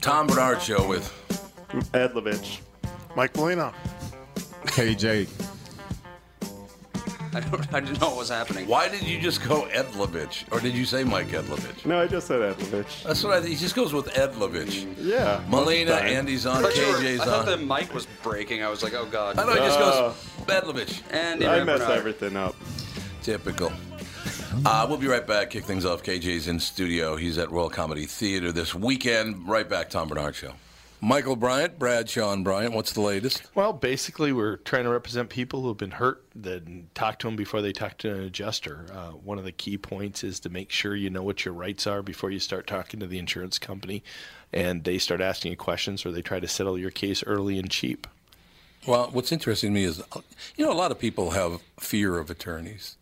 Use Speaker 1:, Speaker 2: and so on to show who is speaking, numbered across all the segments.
Speaker 1: Tom Bernard Show with
Speaker 2: Ed Levitch.
Speaker 3: Mike Molina.
Speaker 4: KJ.
Speaker 5: I, don't, I didn't know what was happening.
Speaker 1: Why did you just go Edlovich? Or did you say Mike Edlovich?
Speaker 2: No, I just said Ed Levitch.
Speaker 1: That's what I think. He just goes with Edlovich.
Speaker 2: Yeah.
Speaker 1: Molina,
Speaker 2: most of the time.
Speaker 1: Andy's on,
Speaker 5: I thought, you were-
Speaker 1: KJ's
Speaker 5: I thought
Speaker 1: on.
Speaker 5: the mic was breaking. uh, I was like, oh god.
Speaker 1: I know he just goes
Speaker 5: Uh.
Speaker 1: Edlovich.
Speaker 5: Andy
Speaker 2: I messed
Speaker 5: Bernard.
Speaker 2: everything up.
Speaker 1: Typical. Uh, we'll be right back. Kick things off. KJ's in studio. He's at Royal Comedy Theater this weekend. Right back. Tom Bernard Show. Michael Bryant, Brad Sean Bryant. What's the latest?
Speaker 6: Well, basically, we're trying to represent people who have been hurt, then talk to them before they talk to an adjuster. Uh, one of the key points is to make sure you know what your rights are before you start talking to the insurance company and they start asking you questions or they try to settle your case early and cheap.
Speaker 1: Well, what's interesting to me is, you know, a lot of people have fear of attorneys.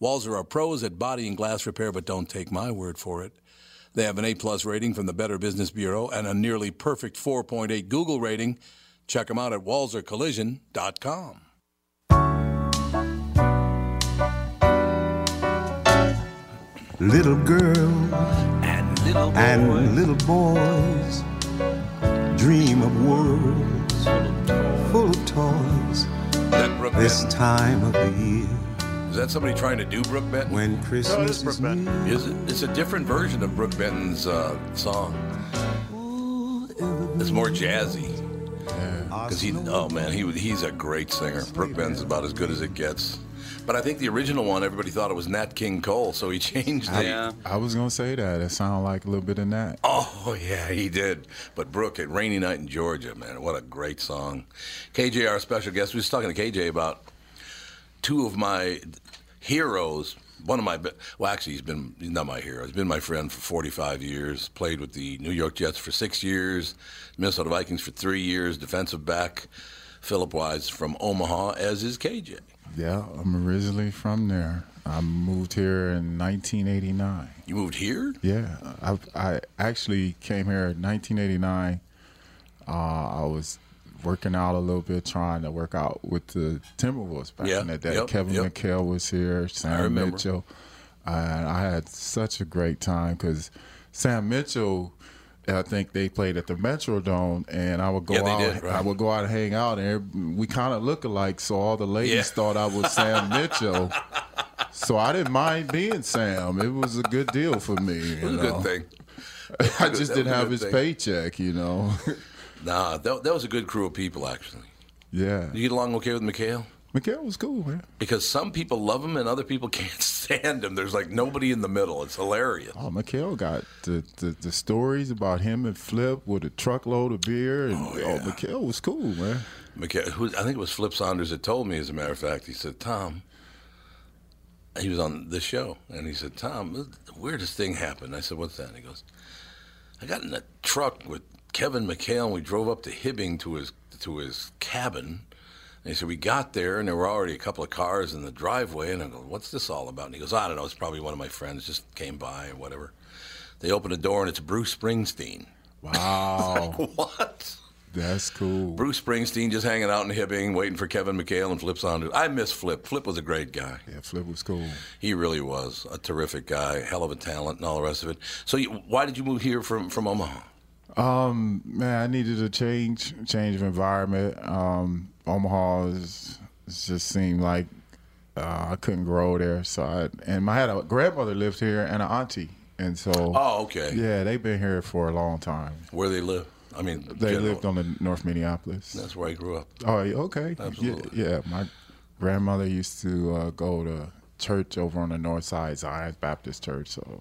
Speaker 1: Walzer are pros at body and glass repair, but don't take my word for it. They have an A plus rating from the Better Business Bureau and a nearly perfect 4.8 Google rating. Check them out at walzercollision.com.
Speaker 7: Little girl
Speaker 1: And little
Speaker 7: and little boys dream of worlds full of toys
Speaker 1: that Brooke
Speaker 7: this
Speaker 1: Benton?
Speaker 7: time of the year
Speaker 1: Is that somebody trying to do Brooke Benton?
Speaker 7: when
Speaker 3: No, it
Speaker 7: Christmas
Speaker 3: is Brooke
Speaker 7: is
Speaker 3: Benton.
Speaker 7: near.
Speaker 1: Is it? It's a different version of Brooke Benton's uh, song. It's more jazzy. Because he, oh man, he was- he's a great singer. Brooke Benton's about as good as it gets. But I think the original one, everybody thought it was Nat King Cole, so he changed it.
Speaker 5: Yeah.
Speaker 4: I was going to say that. It sounded like a little bit of that.
Speaker 1: Oh yeah, he did. But Brooke, at "Rainy Night in Georgia," man, what a great song. KJ, our special guest, we was talking to KJ about two of my heroes. One of my, be- well, actually, he's been he's not my hero. He's been my friend for 45 years. Played with the New York Jets for six years, Minnesota Vikings for three years. Defensive back, Philip Wise from Omaha, as is KJ.
Speaker 4: Yeah, I'm originally from there. I moved here in 1989.
Speaker 1: You moved here?
Speaker 4: Yeah, I, I actually came here in 1989. Uh, I was working out a little bit, trying to work out with the Timberwolves back
Speaker 1: Yeah,
Speaker 4: in the day.
Speaker 1: yep,
Speaker 4: Kevin
Speaker 1: yep.
Speaker 4: McHale was here, Sam
Speaker 1: remember.
Speaker 4: Mitchell. And I had such a great time because Sam Mitchell, I think they played at the Metrodome, and I would go
Speaker 1: Yeah, they
Speaker 4: out.
Speaker 1: did, right.
Speaker 4: I would go out and hang out, and every- we kind of look alike. So all the ladies
Speaker 1: Yeah.
Speaker 4: thought I was Sam Mitchell. So I didn't mind being Sam. It was a good deal for me. You
Speaker 1: It was a
Speaker 4: know?
Speaker 1: good thing.
Speaker 4: I
Speaker 1: That was
Speaker 4: just
Speaker 1: a
Speaker 4: didn't have
Speaker 1: good
Speaker 4: his
Speaker 1: thing.
Speaker 4: paycheck, you know.
Speaker 1: Nah, that, that was a good crew of people, actually.
Speaker 4: yeah,
Speaker 1: You get along okay with McHale?
Speaker 4: Miguel was cool, man.
Speaker 1: because some people love him and other people can't stand him. There's like nobody in the middle. It's hilarious.
Speaker 4: Oh, Miguel got the, the, the stories about him and Flip with a truckload of beer, and oh, Miguel was cool, man.
Speaker 1: McHale, who, I think it was Flip Saunders that told me, as a matter of fact, he said, Tom, he was on this show, and he said, Tom, this- the weirdest thing happened. I said, What's that? And he goes, I got in a truck with Kevin McHale, and we drove up to Hibbing to his to his cabin. And he said, We got there, and there were already a couple of cars in the driveway. And I go, What's this all about? And he goes, I don't know. It's probably one of my friends just came by or whatever. They open the door, and it's Bruce Springsteen.
Speaker 4: Wow,
Speaker 1: What?
Speaker 4: that's cool.
Speaker 1: Bruce Springsteen just hanging out in Hibbing, waiting for Kevin McHale and Flip's on. I miss Flip. Flip was a great guy.
Speaker 4: Yeah, Flip was cool.
Speaker 1: He really was a terrific guy, hell of a talent, and all the rest of it. So, you, why did you move here from, from Omaha?
Speaker 4: Um, man, I needed a change, change of environment. Um, Omaha is, it's just seemed like uh, I couldn't grow there. So I and my I had a grandmother lived here and an auntie, and so
Speaker 1: Oh, okay.
Speaker 4: yeah, they've been here for a long time.
Speaker 1: Where they live? I mean,
Speaker 4: They
Speaker 1: general.
Speaker 4: lived on the North Minneapolis.
Speaker 1: That's where I grew up.
Speaker 4: Oh, yeah, okay. Yeah,
Speaker 1: Absolutely.
Speaker 4: Yeah, my grandmother used to uh, go to church over on the north side, Zion's Baptist Church. So,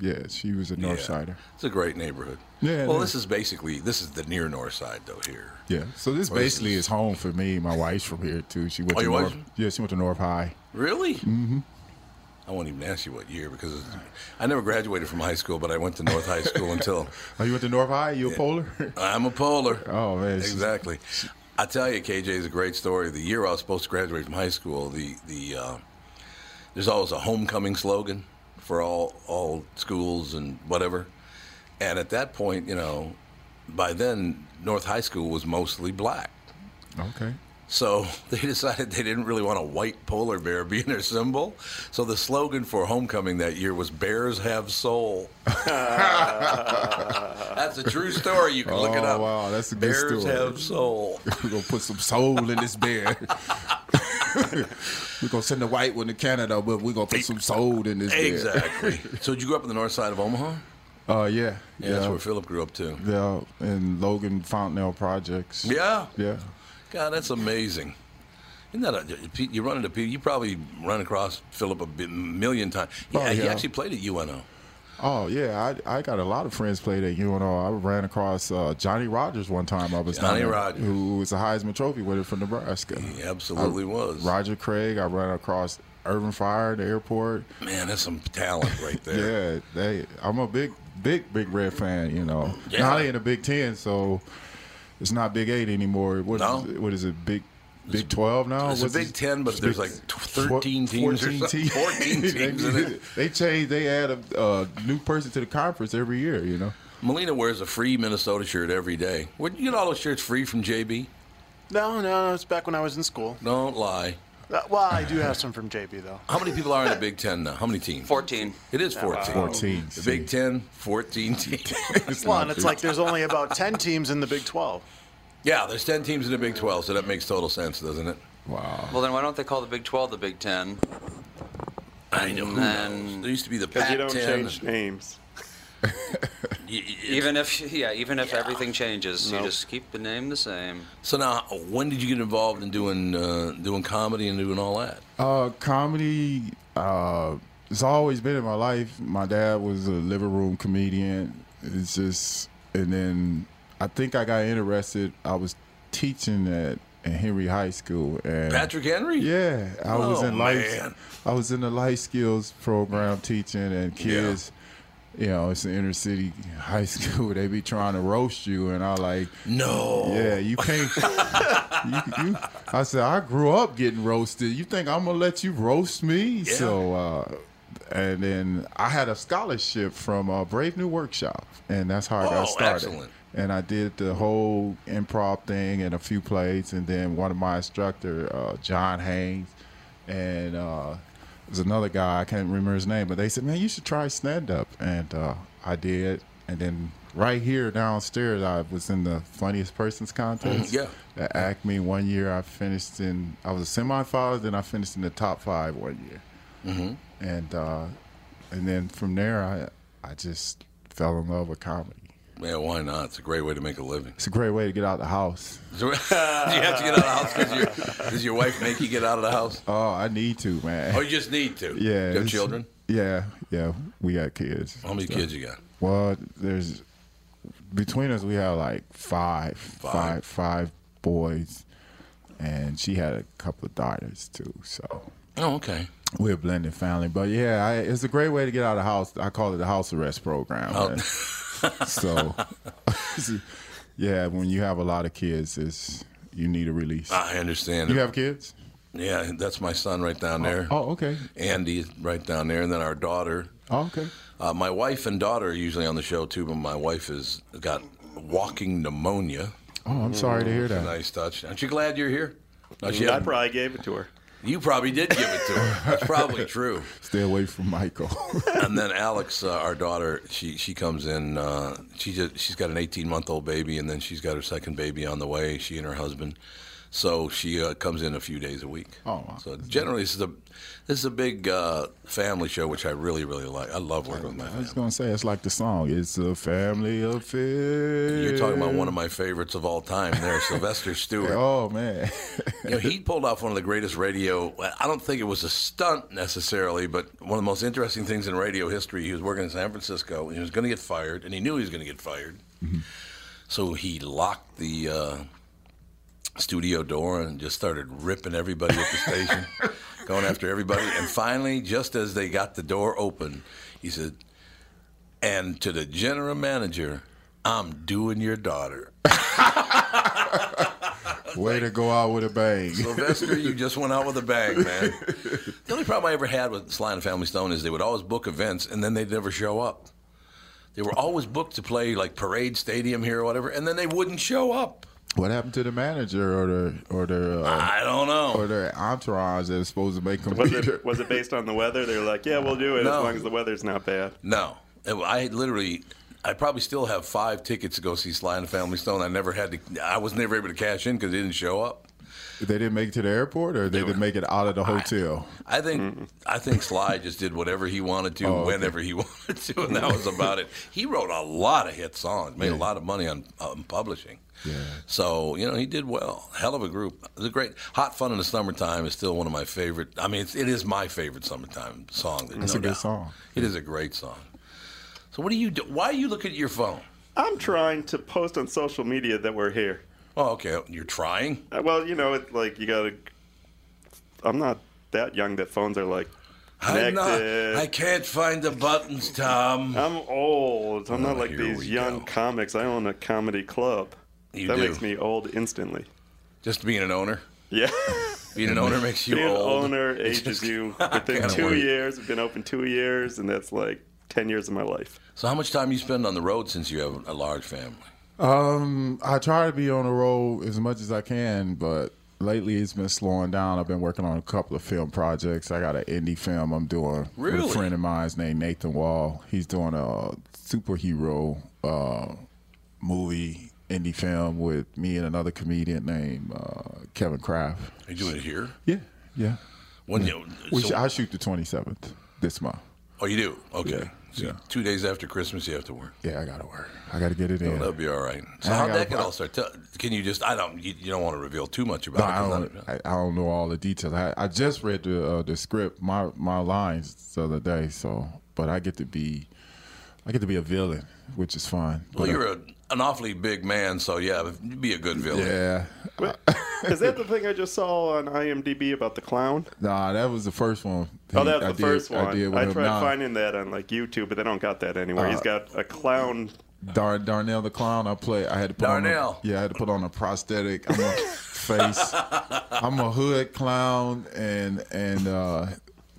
Speaker 4: yeah, she was a north
Speaker 1: Mm-hmm. Yeah.
Speaker 4: sider.
Speaker 1: It's a great neighborhood.
Speaker 4: Yeah, it
Speaker 1: Well,
Speaker 4: is.
Speaker 1: this is basically this is the near north side though here.
Speaker 4: Yeah. So this
Speaker 1: Well, this
Speaker 4: basically
Speaker 1: is-
Speaker 4: is... home for me. My wife's from here too. She went
Speaker 1: Oh,
Speaker 4: to
Speaker 1: your
Speaker 4: North.
Speaker 1: wife's-
Speaker 4: Yeah, she went to North High.
Speaker 1: Really? Mm-hmm. I won't even ask you what year because it's- I never graduated from high school, but I went to North High School until
Speaker 4: Oh, you went to North High? You a polar?
Speaker 1: I'm a polar.
Speaker 4: oh man, she's-
Speaker 1: Exactly. I tell you, KJ is a great story. The year I was supposed to graduate from high school, the the uh, there's always a homecoming slogan for all all schools and whatever. And at that point, you know, by then North High School was mostly black.
Speaker 4: Okay.
Speaker 1: So they decided they didn't really want a white polar bear being their symbol. So the slogan for homecoming that year was "Bears have soul." That's a true story. You can look it
Speaker 4: Oh,
Speaker 1: up.
Speaker 4: wow, that's a good
Speaker 1: Bears
Speaker 4: story.
Speaker 1: have soul.
Speaker 4: We're gonna put some soul in this bear. we're gonna send the white one to Canada, but we're gonna put some soul in this bear.
Speaker 1: Exactly. so did you grow up on the north side of Omaha?
Speaker 4: Oh yeah.
Speaker 1: Yeah, that's where Philip grew up too.
Speaker 4: Yeah, and Logan Fontanel Projects.
Speaker 1: Yeah.
Speaker 4: Yeah.
Speaker 1: God, that's amazing. Isn't that a, you run into people? You probably run across Philip a bi- million times. Yeah,
Speaker 4: Oh,
Speaker 1: he
Speaker 4: yeah.
Speaker 1: actually played at UNO.
Speaker 4: Oh yeah, I, I got a lot of friends played at UNO. I ran across uh, Johnny Rogers one time. I was down
Speaker 1: Johnny
Speaker 4: there,
Speaker 1: Rogers.
Speaker 4: who was a Heisman Trophy winner from Nebraska.
Speaker 1: He
Speaker 4: Uh,
Speaker 1: absolutely was.
Speaker 4: Roger Craig. I ran across Irvin Fire, the airport.
Speaker 1: Man, that's some talent right there.
Speaker 4: Yeah, they. I'm a big, big, big Red fan. You know,
Speaker 1: Yeah.
Speaker 4: now they in the Big Ten, so it's not Big Eight anymore. What,
Speaker 1: No.
Speaker 4: what is it? Big. Big Twelve now.
Speaker 1: It's a
Speaker 4: What's
Speaker 1: Big
Speaker 4: it?
Speaker 1: Ten, but there's like tw- 13 teams or
Speaker 4: 14
Speaker 1: something. 14 teams in
Speaker 4: they,
Speaker 1: it.
Speaker 4: they change. They add a, a new person to the conference every year. You know.
Speaker 1: Melina wears a free Minnesota shirt every day. Where'd you get all those shirts free from JB?
Speaker 3: No, no, no. It's back when I was in school.
Speaker 1: Don't lie.
Speaker 3: Uh, Well, I do have some from JB though.
Speaker 1: How many people are in the Big Ten now? How many teams?
Speaker 5: 14.
Speaker 1: It is 14.
Speaker 4: 14,
Speaker 1: The
Speaker 4: see.
Speaker 1: Oh, Big Ten, 14 teams.
Speaker 3: Well, and it's like there's only about ten teams in the Big Twelve.
Speaker 1: yeah, there's 10 teams in the Big 12, so that makes total sense, doesn't it?
Speaker 4: Wow.
Speaker 5: Well, then why don't they call the Big 12 the Big 10?
Speaker 1: I know.
Speaker 5: Man.
Speaker 1: There used to be the
Speaker 2: Because you
Speaker 1: Pac
Speaker 2: don't
Speaker 1: 10.
Speaker 2: change names.
Speaker 5: Even if, yeah, even if everything changes, you just keep the name the same.
Speaker 1: So now, when did you get involved in doing uh, doing comedy and doing all that?
Speaker 4: Uh, comedy uh, it's always been in my life. My dad was a living room comedian. It's just, and then I think I got interested. I was teaching at, at Henry High School, and
Speaker 1: Patrick Henry?
Speaker 4: yeah, I was
Speaker 1: Oh, man.
Speaker 4: in life. I was in the life skills program teaching, and kids. You know, it's an inner city high school. They be trying to roast you, and I like,
Speaker 1: No.
Speaker 4: yeah, you can't. you, you, I said, I grew up getting roasted. You think I'm gonna let you roast me? So, uh, and then I had a scholarship from uh, Brave New Workshop, and that's how I
Speaker 1: Oh,
Speaker 4: got started.
Speaker 1: excellent.
Speaker 4: And I did the whole improv thing and a few plays, and then one of my instructor, uh, John Haynes, and uh, there's another guy I can't remember his name, but they said, "Man, you should try stand up," and uh, I did. And then right here downstairs, I was in the funniest persons contest.
Speaker 1: Yeah.
Speaker 4: At Acme one year, I finished in. I was a semifinalist, then I finished in the top five one year. Mm-hmm. And uh, and then from there, I I just fell in love with comedy.
Speaker 1: Man, why not? It's a great way to make a living.
Speaker 4: It's a great way to get out of the house.
Speaker 1: So, do you have to get out of the house because your does your wife make you get out of the house?
Speaker 4: Oh, I need to, man.
Speaker 1: Oh, you just need to.
Speaker 4: yeah.
Speaker 1: You have
Speaker 4: it's-
Speaker 1: children.
Speaker 4: Yeah, yeah. We got kids.
Speaker 1: How many kids you got?
Speaker 4: Well, there's between us we have like five, five, five boys, and she had a couple of daughters too. So
Speaker 1: Oh, okay.
Speaker 4: we're a blended family. But yeah, I, it's a great way to get out of house. I call it the house arrest program.
Speaker 1: Oh.
Speaker 4: so yeah, when you have a lot of kids, it's you need a release.
Speaker 1: I understand.
Speaker 4: You have kids?
Speaker 1: yeah, that's my son right down there.
Speaker 4: Oh, okay.
Speaker 1: Andy right down there, and then our daughter.
Speaker 4: Oh, okay.
Speaker 1: Uh, my wife and daughter are usually on the show too, but my wife has got walking pneumonia.
Speaker 4: Oh, I'm sorry to hear that.
Speaker 1: Nice touch. Aren't you glad you're here? No, she
Speaker 2: I
Speaker 1: had-
Speaker 2: probably gave it to her.
Speaker 1: you probably did give it to her. That's probably true.
Speaker 4: Stay away from Michael.
Speaker 1: And then Alex, uh, our daughter, she she comes in. Uh, she just, she's got an 18 month old baby, and then she's got her second baby on the way. She and her husband. So she uh, comes in a few days a week.
Speaker 4: Oh, wow.
Speaker 1: So generally, this is a this is a big uh, family show, which I really really like. I love working with my
Speaker 4: I
Speaker 1: family.
Speaker 4: was gonna say it's like the song. It's a family affair.
Speaker 1: You're talking about one of my favorites of all time there, Sylvester Stewart.
Speaker 4: Oh man.
Speaker 1: You know, he pulled off one of the greatest radio. I don't think it was a stunt necessarily, but one of the most interesting things in radio history. He was working in San Francisco, and he was going to get fired, and he knew he was going to get fired. So he locked the uh, studio door and just started ripping everybody at the station, going after everybody. And finally, just as they got the door open, he said, "And to the general manager, I'm doing your daughter."
Speaker 4: Way to go out with a bang.
Speaker 1: Sylvester, you just went out with a bang, man. The only problem I ever had with Sly and Family Stone is they would always book events and then they'd never show up. They were always booked to play like Parade Stadium here or whatever, and then they wouldn't show up.
Speaker 4: What happened to the manager or the or the uh,
Speaker 1: I don't
Speaker 4: or
Speaker 1: know.
Speaker 4: the entourage that was supposed to make
Speaker 2: Was
Speaker 4: computer?
Speaker 2: it was it based on the weather? They were like, yeah, we'll do it
Speaker 1: No.
Speaker 2: as long as the weather's not bad.
Speaker 1: No, I literally, I probably still have five tickets to go see Sly and Family Stone. I never had to. I was never able to cash in because they didn't show up.
Speaker 4: They didn't make it to the airport, or they,
Speaker 1: were-
Speaker 4: didn't make it out of the hotel.
Speaker 1: I think I think Sly just did whatever he wanted to,
Speaker 4: Oh, okay.
Speaker 1: whenever he wanted to, and that was about it. He wrote a lot of hit songs, made a lot of money on, on publishing.
Speaker 4: Yeah.
Speaker 1: So you know he did well. Hell of a group. It was a great hot fun in the summertime is still one of my favorite. I mean, it's, it is my favorite summertime song. There's
Speaker 4: That's
Speaker 1: no
Speaker 4: a good
Speaker 1: doubt.
Speaker 4: song.
Speaker 1: It is a great song. So what do you do? Why are you looking at your phone?
Speaker 2: I'm trying to post on social media that we're here.
Speaker 1: Oh, okay. You're trying.
Speaker 2: Uh, Well, you know, it's like you gotta. I'm not that young that phones are like
Speaker 1: I'm not,
Speaker 2: connected.
Speaker 1: I can't find the buttons, Tom.
Speaker 2: I'm old. I'm not
Speaker 1: Oh,
Speaker 2: like
Speaker 1: here
Speaker 2: these
Speaker 1: we
Speaker 2: young
Speaker 1: go.
Speaker 2: comics. I own a comedy club.
Speaker 1: You
Speaker 2: that
Speaker 1: do.
Speaker 2: makes me old instantly.
Speaker 1: Just being an owner.
Speaker 2: Yeah.
Speaker 1: Being an owner makes you
Speaker 2: Being an
Speaker 1: old.
Speaker 2: owner ages you
Speaker 1: kinda
Speaker 2: within two
Speaker 1: worried.
Speaker 2: years. I've been open two years, and that's like 10 years of my life.
Speaker 1: So how much time you spend on the road since you have a large family?
Speaker 4: Um, I try to be on the road as much as I can, but lately it's been slowing down. I've been working on a couple of film projects. I got an indie film I'm doing
Speaker 1: Really?
Speaker 4: with a friend of mine's named Nathan Wall. He's doing a superhero uh, movie indie film with me and another comedian named uh, Kevin Kraft.
Speaker 1: Are you doing it here?
Speaker 4: Yeah, yeah.
Speaker 1: When you,
Speaker 4: We
Speaker 1: so-
Speaker 4: should, I shoot the 27th this month.
Speaker 1: oh, you do? Okay.
Speaker 4: Yeah,
Speaker 1: So
Speaker 4: yeah.
Speaker 1: Two days after Christmas, you have to work.
Speaker 4: Yeah, I gotta work. I gotta get it in.
Speaker 1: That'll be all right. So
Speaker 4: I
Speaker 1: how
Speaker 4: gotta
Speaker 1: that could
Speaker 4: pro-
Speaker 1: all start? Tell, can you just? I don't. You, you don't want to reveal too much about
Speaker 4: No,
Speaker 1: it.
Speaker 4: I
Speaker 1: 'cause
Speaker 4: don't. I, I don't know all the details. I, I just read the uh, the script, my my lines the other day. So, but I get to be, I get to be a villain, which is fun.
Speaker 2: Oh,
Speaker 1: well,
Speaker 4: But, uh,
Speaker 1: you're a, an awfully big man, so yeah, you'd be a good villain.
Speaker 4: yeah.
Speaker 2: Wait, Is that the thing I just saw on IMDb about the clown?
Speaker 4: Nah, that was the first one.
Speaker 2: Oh, that was
Speaker 4: Mm, I
Speaker 2: the
Speaker 4: did-
Speaker 2: first one.
Speaker 4: I
Speaker 2: I,
Speaker 4: did with him.
Speaker 2: tried
Speaker 4: Nah,
Speaker 2: finding that on like YouTube, but they don't got that anywhere.
Speaker 4: Uh,
Speaker 2: He's got a clown.
Speaker 4: Dar- Darnell the clown. I play. I had to put
Speaker 1: Darnell.
Speaker 4: On a, yeah, I had to put on a prosthetic. I'm a face. I'm a hood clown, and and uh,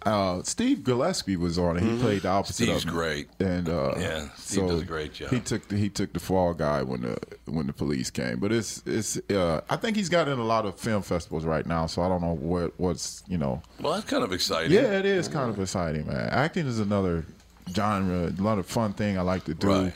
Speaker 4: uh, Steve Gillespie was on it. He played the opposite.
Speaker 1: Mm-hmm. Steve's
Speaker 4: of me.
Speaker 1: great.
Speaker 4: And uh,
Speaker 1: Yeah, Steve does a great job.
Speaker 4: He took the, he took the fall guy when the when the police came. But it's it's uh, I think he's got in a lot of film festivals right now. So I don't know what what's you know.
Speaker 1: Well, that's kind of exciting.
Speaker 4: Yeah, it is kind of exciting, man. Acting is another genre, a lot of fun thing I like to do.
Speaker 1: Right.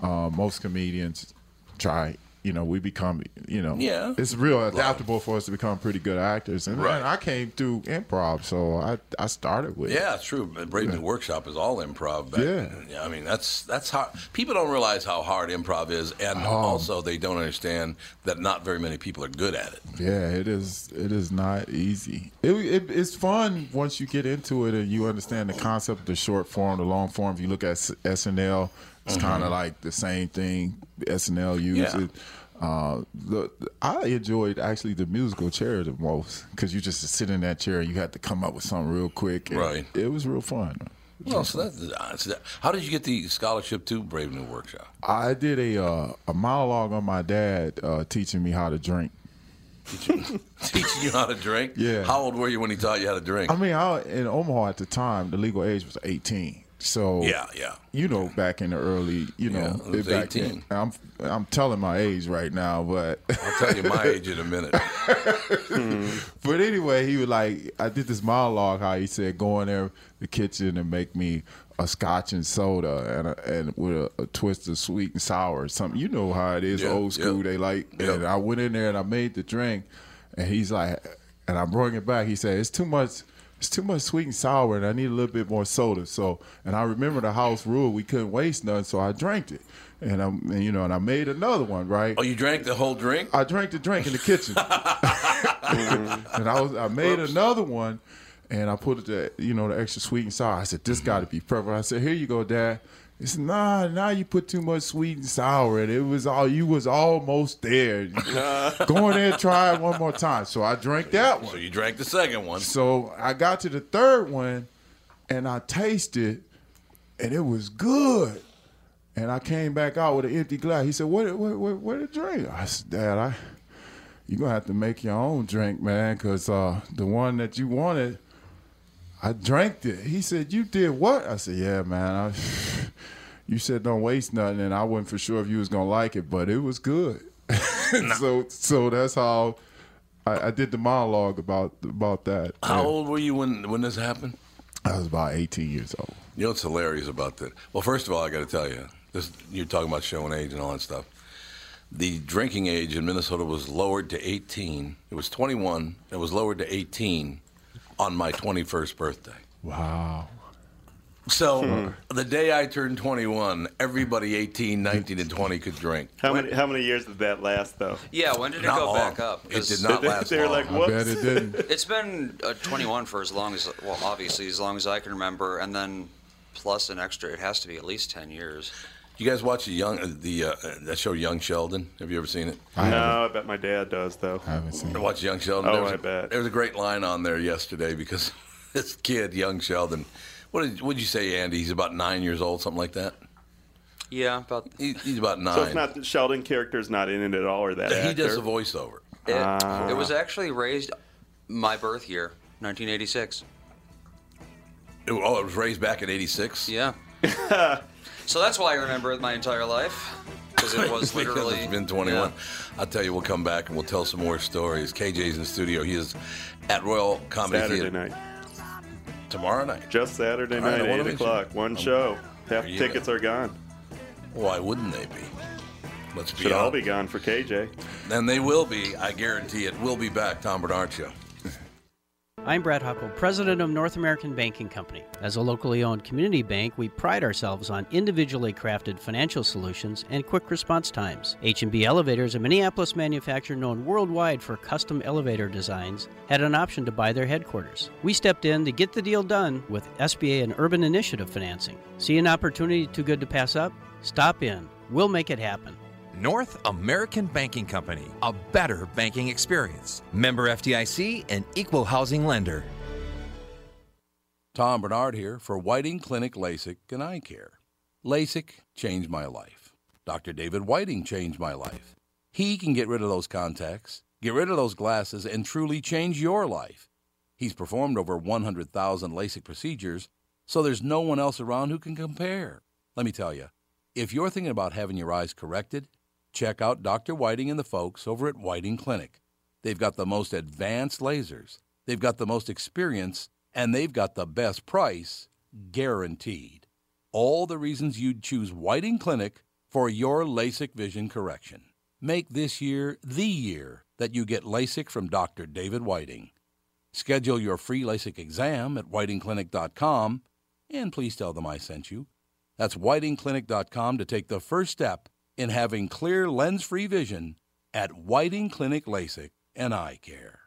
Speaker 4: Uh, most comedians try, you know, we become, you know,
Speaker 1: Yeah.
Speaker 4: it's real adaptable for us to become pretty good actors. And
Speaker 1: Right.
Speaker 4: man, I came through improv, so I I started with. it.
Speaker 1: Yeah, it's true. But Brave New Workshop is all improv. Back.
Speaker 4: Yeah.
Speaker 1: yeah. I mean, that's that's how people don't realize how hard improv is, and
Speaker 4: Oh.
Speaker 1: also they don't understand that not very many people are good at it.
Speaker 4: Yeah, it is. It is not easy. It, it, it's fun once you get into it and you understand the concept of the short form, the long form. If you look at S- SNL, it's kind of like the same thing SNL uses.
Speaker 1: Mm-hmm. Yeah.
Speaker 4: Uh, the, I enjoyed actually the musical chair the most because you just sit in that chair. You had to come up with something real quick. and
Speaker 1: Right.
Speaker 4: It was real fun.
Speaker 1: Well, so that's, uh, so that, how did you get the scholarship to Brave New Workshop?
Speaker 4: I did a uh, a monologue on my dad uh, teaching me how to drink.
Speaker 1: Teaching you how to drink?
Speaker 4: Yeah.
Speaker 1: How old were you when he taught you how to drink?
Speaker 4: I mean, I, in Omaha at the time, the legal age was 18. So
Speaker 1: yeah, yeah.
Speaker 4: you know, back in the early, you know,
Speaker 1: Yeah, it was
Speaker 4: back
Speaker 1: 18.
Speaker 4: Then, I'm I'm telling my age right now, but
Speaker 1: I'll tell you my age in a minute.
Speaker 4: but anyway, he was like, I did this monologue how he said, go in there the kitchen and make me a scotch and soda and a, and with a, a twist of sweet and sour or something. You know how it is,
Speaker 1: Yeah,
Speaker 4: old school.
Speaker 1: yeah.
Speaker 4: They like,
Speaker 1: Yeah.
Speaker 4: and I went in there and I made the drink, and he's like, and I brought it back. He said, it's too much. It's too much sweet and sour, and I need a little bit more soda. So, and I remember the house rule: we couldn't waste none, so I drank it, and I'm, and, you know, and I made another one, right?
Speaker 1: Oh, you drank the whole drink?
Speaker 4: I drank the drink in the kitchen, and I was I made another one, and I put the you know the extra sweet and sour. I said this got to be perfect. I said here you go, Dad. He said nah, now you put too much sweet and sour, and it was all you was almost there. Go in there, and try it one more time. So I drank that
Speaker 1: So
Speaker 4: one.
Speaker 1: you drank the second one.
Speaker 4: So I got to the third one, and I tasted, and it was good. And I came back out with an empty glass. He said, "What? What? What? What a drink?" I said, "Dad, I, you gonna have to make your own drink, man, because uh, the one that you wanted, I drank it." He said, "You did what?" I said, "Yeah, man. I, you said don't waste nothing, and I wasn't for sure if you was gonna like it, but it was good. So, so that's how." I, I did the monologue about about that.
Speaker 1: How
Speaker 4: Yeah.
Speaker 1: old were you when when this happened?
Speaker 4: I was about 18 years old.
Speaker 1: You know what's hilarious about that? Well, first of all, I got to tell you, this, you're talking about showing age and all that stuff. The drinking age in Minnesota was lowered to 18. It was 21. It was lowered to 18 on my 21st birthday.
Speaker 4: Wow.
Speaker 1: So
Speaker 2: Hmm.
Speaker 1: the day I turned 21, everybody 18, 19, and 20 could drink.
Speaker 2: How many how many years did that last though?
Speaker 5: Yeah, when did it
Speaker 1: Not
Speaker 5: go
Speaker 1: long.
Speaker 5: back up?
Speaker 1: It
Speaker 5: 'Cause
Speaker 1: did not last
Speaker 2: They're
Speaker 1: long.
Speaker 2: like,
Speaker 4: I bet it
Speaker 2: whoops.
Speaker 4: didn't.
Speaker 5: It's been uh, 21 for as long as, well, obviously as long as I can remember, and then plus an extra. It has to be at least 10 years.
Speaker 1: You guys watch the young uh, the uh, that show Young Sheldon? Have you ever seen it?
Speaker 4: I haven't,
Speaker 2: No, I bet my dad does though.
Speaker 4: I haven't seen
Speaker 1: I
Speaker 4: it.
Speaker 1: watched Young Sheldon.
Speaker 2: Oh,
Speaker 1: there was
Speaker 2: I
Speaker 1: a,
Speaker 2: bet.
Speaker 1: There was a great line on there yesterday because this kid, Young Sheldon, what did what'd you say, Andy? He's about nine years old, something like that.
Speaker 5: Yeah, about
Speaker 1: He, he's about nine.
Speaker 2: So it's not the Sheldon character's not in it at all, or that
Speaker 1: he
Speaker 2: actor.
Speaker 1: does a voiceover.
Speaker 5: it, it was actually raised my birth year, 1986.
Speaker 1: It- oh, it was raised back in '86.
Speaker 5: Yeah. so that's why I remember it my entire life. Because it was literally.
Speaker 1: Because it's been 21.
Speaker 5: Yeah.
Speaker 1: I'll tell you, we'll come back and we'll tell some more stories. KJ's in the studio. He is at Royal Comedy
Speaker 2: Saturday
Speaker 1: Theater
Speaker 2: night,
Speaker 1: tomorrow night.
Speaker 2: just Saturday
Speaker 1: right, I
Speaker 2: night,
Speaker 1: wanna
Speaker 2: eight
Speaker 1: mention-
Speaker 2: o'clock, one show.
Speaker 4: Oh,
Speaker 2: Half
Speaker 1: There
Speaker 2: the
Speaker 1: you
Speaker 2: tickets
Speaker 1: go.
Speaker 2: are gone.
Speaker 1: Why wouldn't they be? Let's be
Speaker 2: Should all
Speaker 1: honest.
Speaker 2: be gone for KJ.
Speaker 1: And they will be, I guarantee it. We'll be back, Tom Bernard Show.
Speaker 8: I'm Brad Huckle, president of North American Banking Company. As a locally owned community bank, we pride ourselves on individually crafted financial solutions and quick response times. H&B Elevators, a Minneapolis manufacturer known worldwide for custom elevator designs, had an option to buy their headquarters. We stepped in to get the deal done with SBA and Urban Initiative financing. See an opportunity too good to pass up? Stop in. We'll make it happen.
Speaker 9: North American Banking Company, a better banking experience. Member FDIC and equal housing lender.
Speaker 1: Tom Bernard here for Whiting Clinic LASIK and Eye Care. LASIK changed my life. Dr. David Whiting changed my life. He can get rid of those contacts, get rid of those glasses, and truly change your life. He's performed over 100,000 LASIK procedures, so there's no one else around who can compare. Let me tell you, if you're thinking about having your eyes corrected, check out Dr. Whiting and the folks over at Whiting Clinic. They've got the most advanced lasers, they've got the most experience, and they've got the best price guaranteed. All the reasons you'd choose Whiting Clinic for your LASIK vision correction. Make this year the year that you get LASIK from Dr. David Whiting. Schedule your free LASIK exam at whitingclinic.com and please tell them I sent you. That's whitingclinic.com to take the first step in having clear lens free vision at Whiting Clinic LASIK and Eye Care.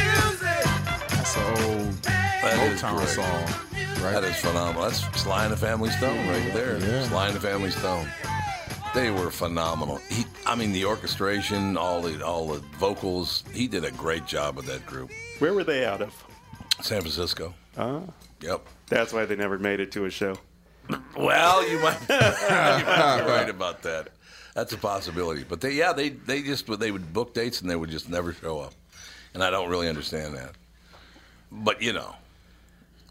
Speaker 4: That's an old
Speaker 1: That is
Speaker 4: Motown
Speaker 1: great.
Speaker 4: song,
Speaker 1: That
Speaker 4: right?
Speaker 1: is phenomenal. That's Sly and the Family Stone right there.
Speaker 4: Yeah.
Speaker 1: Sly and the Family Stone. They were phenomenal. He, I mean, the orchestration, all the all the vocals. He did a great job with that group.
Speaker 2: Where were they out of?
Speaker 1: San Francisco.
Speaker 2: Ah,
Speaker 1: Yep.
Speaker 2: That's why they never made it to a show.
Speaker 1: Well, you might, you might be right about that. That's a possibility. But they, yeah, they they just they would book dates and they would just never show up, and I don't really understand that. But you know,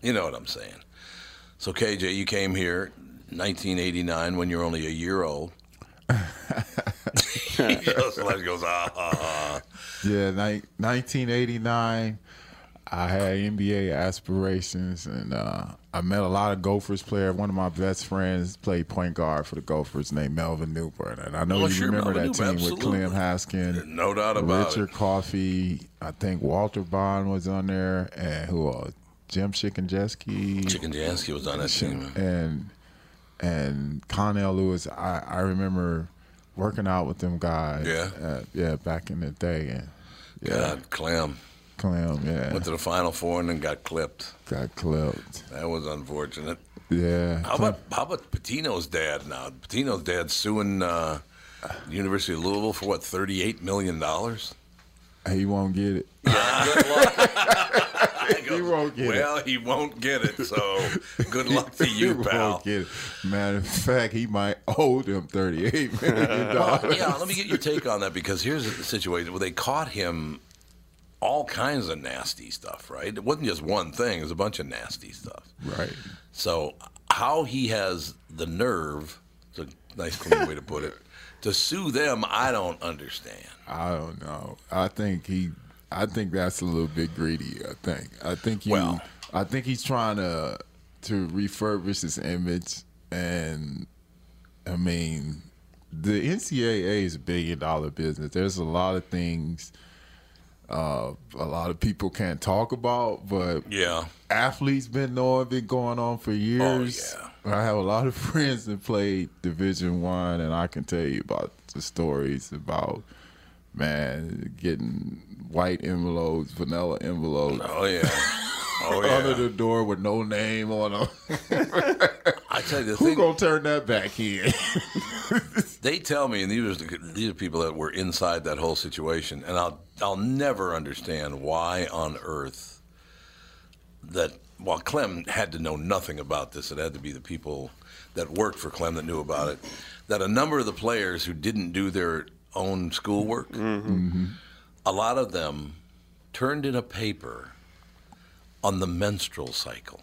Speaker 1: you know what I'm saying. So KJ, you came here 1989 when you're only a year old. he just like goes ah, ah, ah.
Speaker 4: Yeah, ni- 1989. I had NBA aspirations, and uh, I met a lot of Gophers players. One of my best friends played point guard for the Gophers, named Melvin Newburn, and I know
Speaker 1: Oh,
Speaker 4: you
Speaker 1: sure,
Speaker 4: remember
Speaker 1: Melvin
Speaker 4: that
Speaker 1: Newbern,
Speaker 4: team with Clem
Speaker 1: absolutely.
Speaker 4: Haskin,
Speaker 1: no doubt about
Speaker 4: Richard
Speaker 1: it.
Speaker 4: Coffee. I think Walter Bond was on there, and who else? Jim Shikinjeski
Speaker 1: Chicken Jansky was on that team. man.
Speaker 4: and and Connell Lewis. I, I remember working out with them guys.
Speaker 1: Yeah.
Speaker 4: uh, yeah, back in the day, and yeah,
Speaker 1: God, Clem
Speaker 4: Clem, yeah,
Speaker 1: went to the Final Four and then got clipped.
Speaker 4: got clipped.
Speaker 1: That was unfortunate.
Speaker 4: Yeah,
Speaker 1: How about how about Patino's dad now? Patino's dad suing uh, the University of Louisville for what thirty eight million dollars?
Speaker 4: he won't get it. He won't get it.
Speaker 1: well, he won't get it. So good luck to
Speaker 4: He
Speaker 1: you,
Speaker 4: won't
Speaker 1: pal.
Speaker 4: get it. Matter of fact, he might owe them thirty-eight million dollars.
Speaker 1: yeah, let me get your take on that because here's the situation. Well, they caught him all kinds of nasty stuff, right? It wasn't just one thing; it was a bunch of nasty stuff.
Speaker 4: Right.
Speaker 1: So how he has the nerve, it's a nice clean way to put it, to sue them, I don't understand.
Speaker 4: I don't know. I think he. I think that's a little bit greedy. I think. I think you.
Speaker 1: Well-
Speaker 4: I think he's trying to to refurbish his image, and I mean, the NCAA is a billion dollar business. There's a lot of things. Uh, a lot of people can't talk about, but
Speaker 1: Yeah.
Speaker 4: athletes been knowing been going on
Speaker 2: Oh,
Speaker 4: for years. I have a lot of friends that played Division One, and I can tell you about the stories about man getting white envelopes, vanilla envelopes.
Speaker 1: Oh yeah. Oh
Speaker 4: Under
Speaker 1: yeah.
Speaker 4: the door with no name on them.
Speaker 1: I tell you the
Speaker 4: Who
Speaker 1: thing.
Speaker 4: gonna turn that back in?
Speaker 1: They tell me, and these are the, these are people that were inside that whole situation, and I'll I'll never understand why on earth that while Clem had to know nothing about this, it had to be the people that worked for Clem that knew about it. That a number of the players who didn't do their own schoolwork, a lot of them turned in a paper on the menstrual cycle.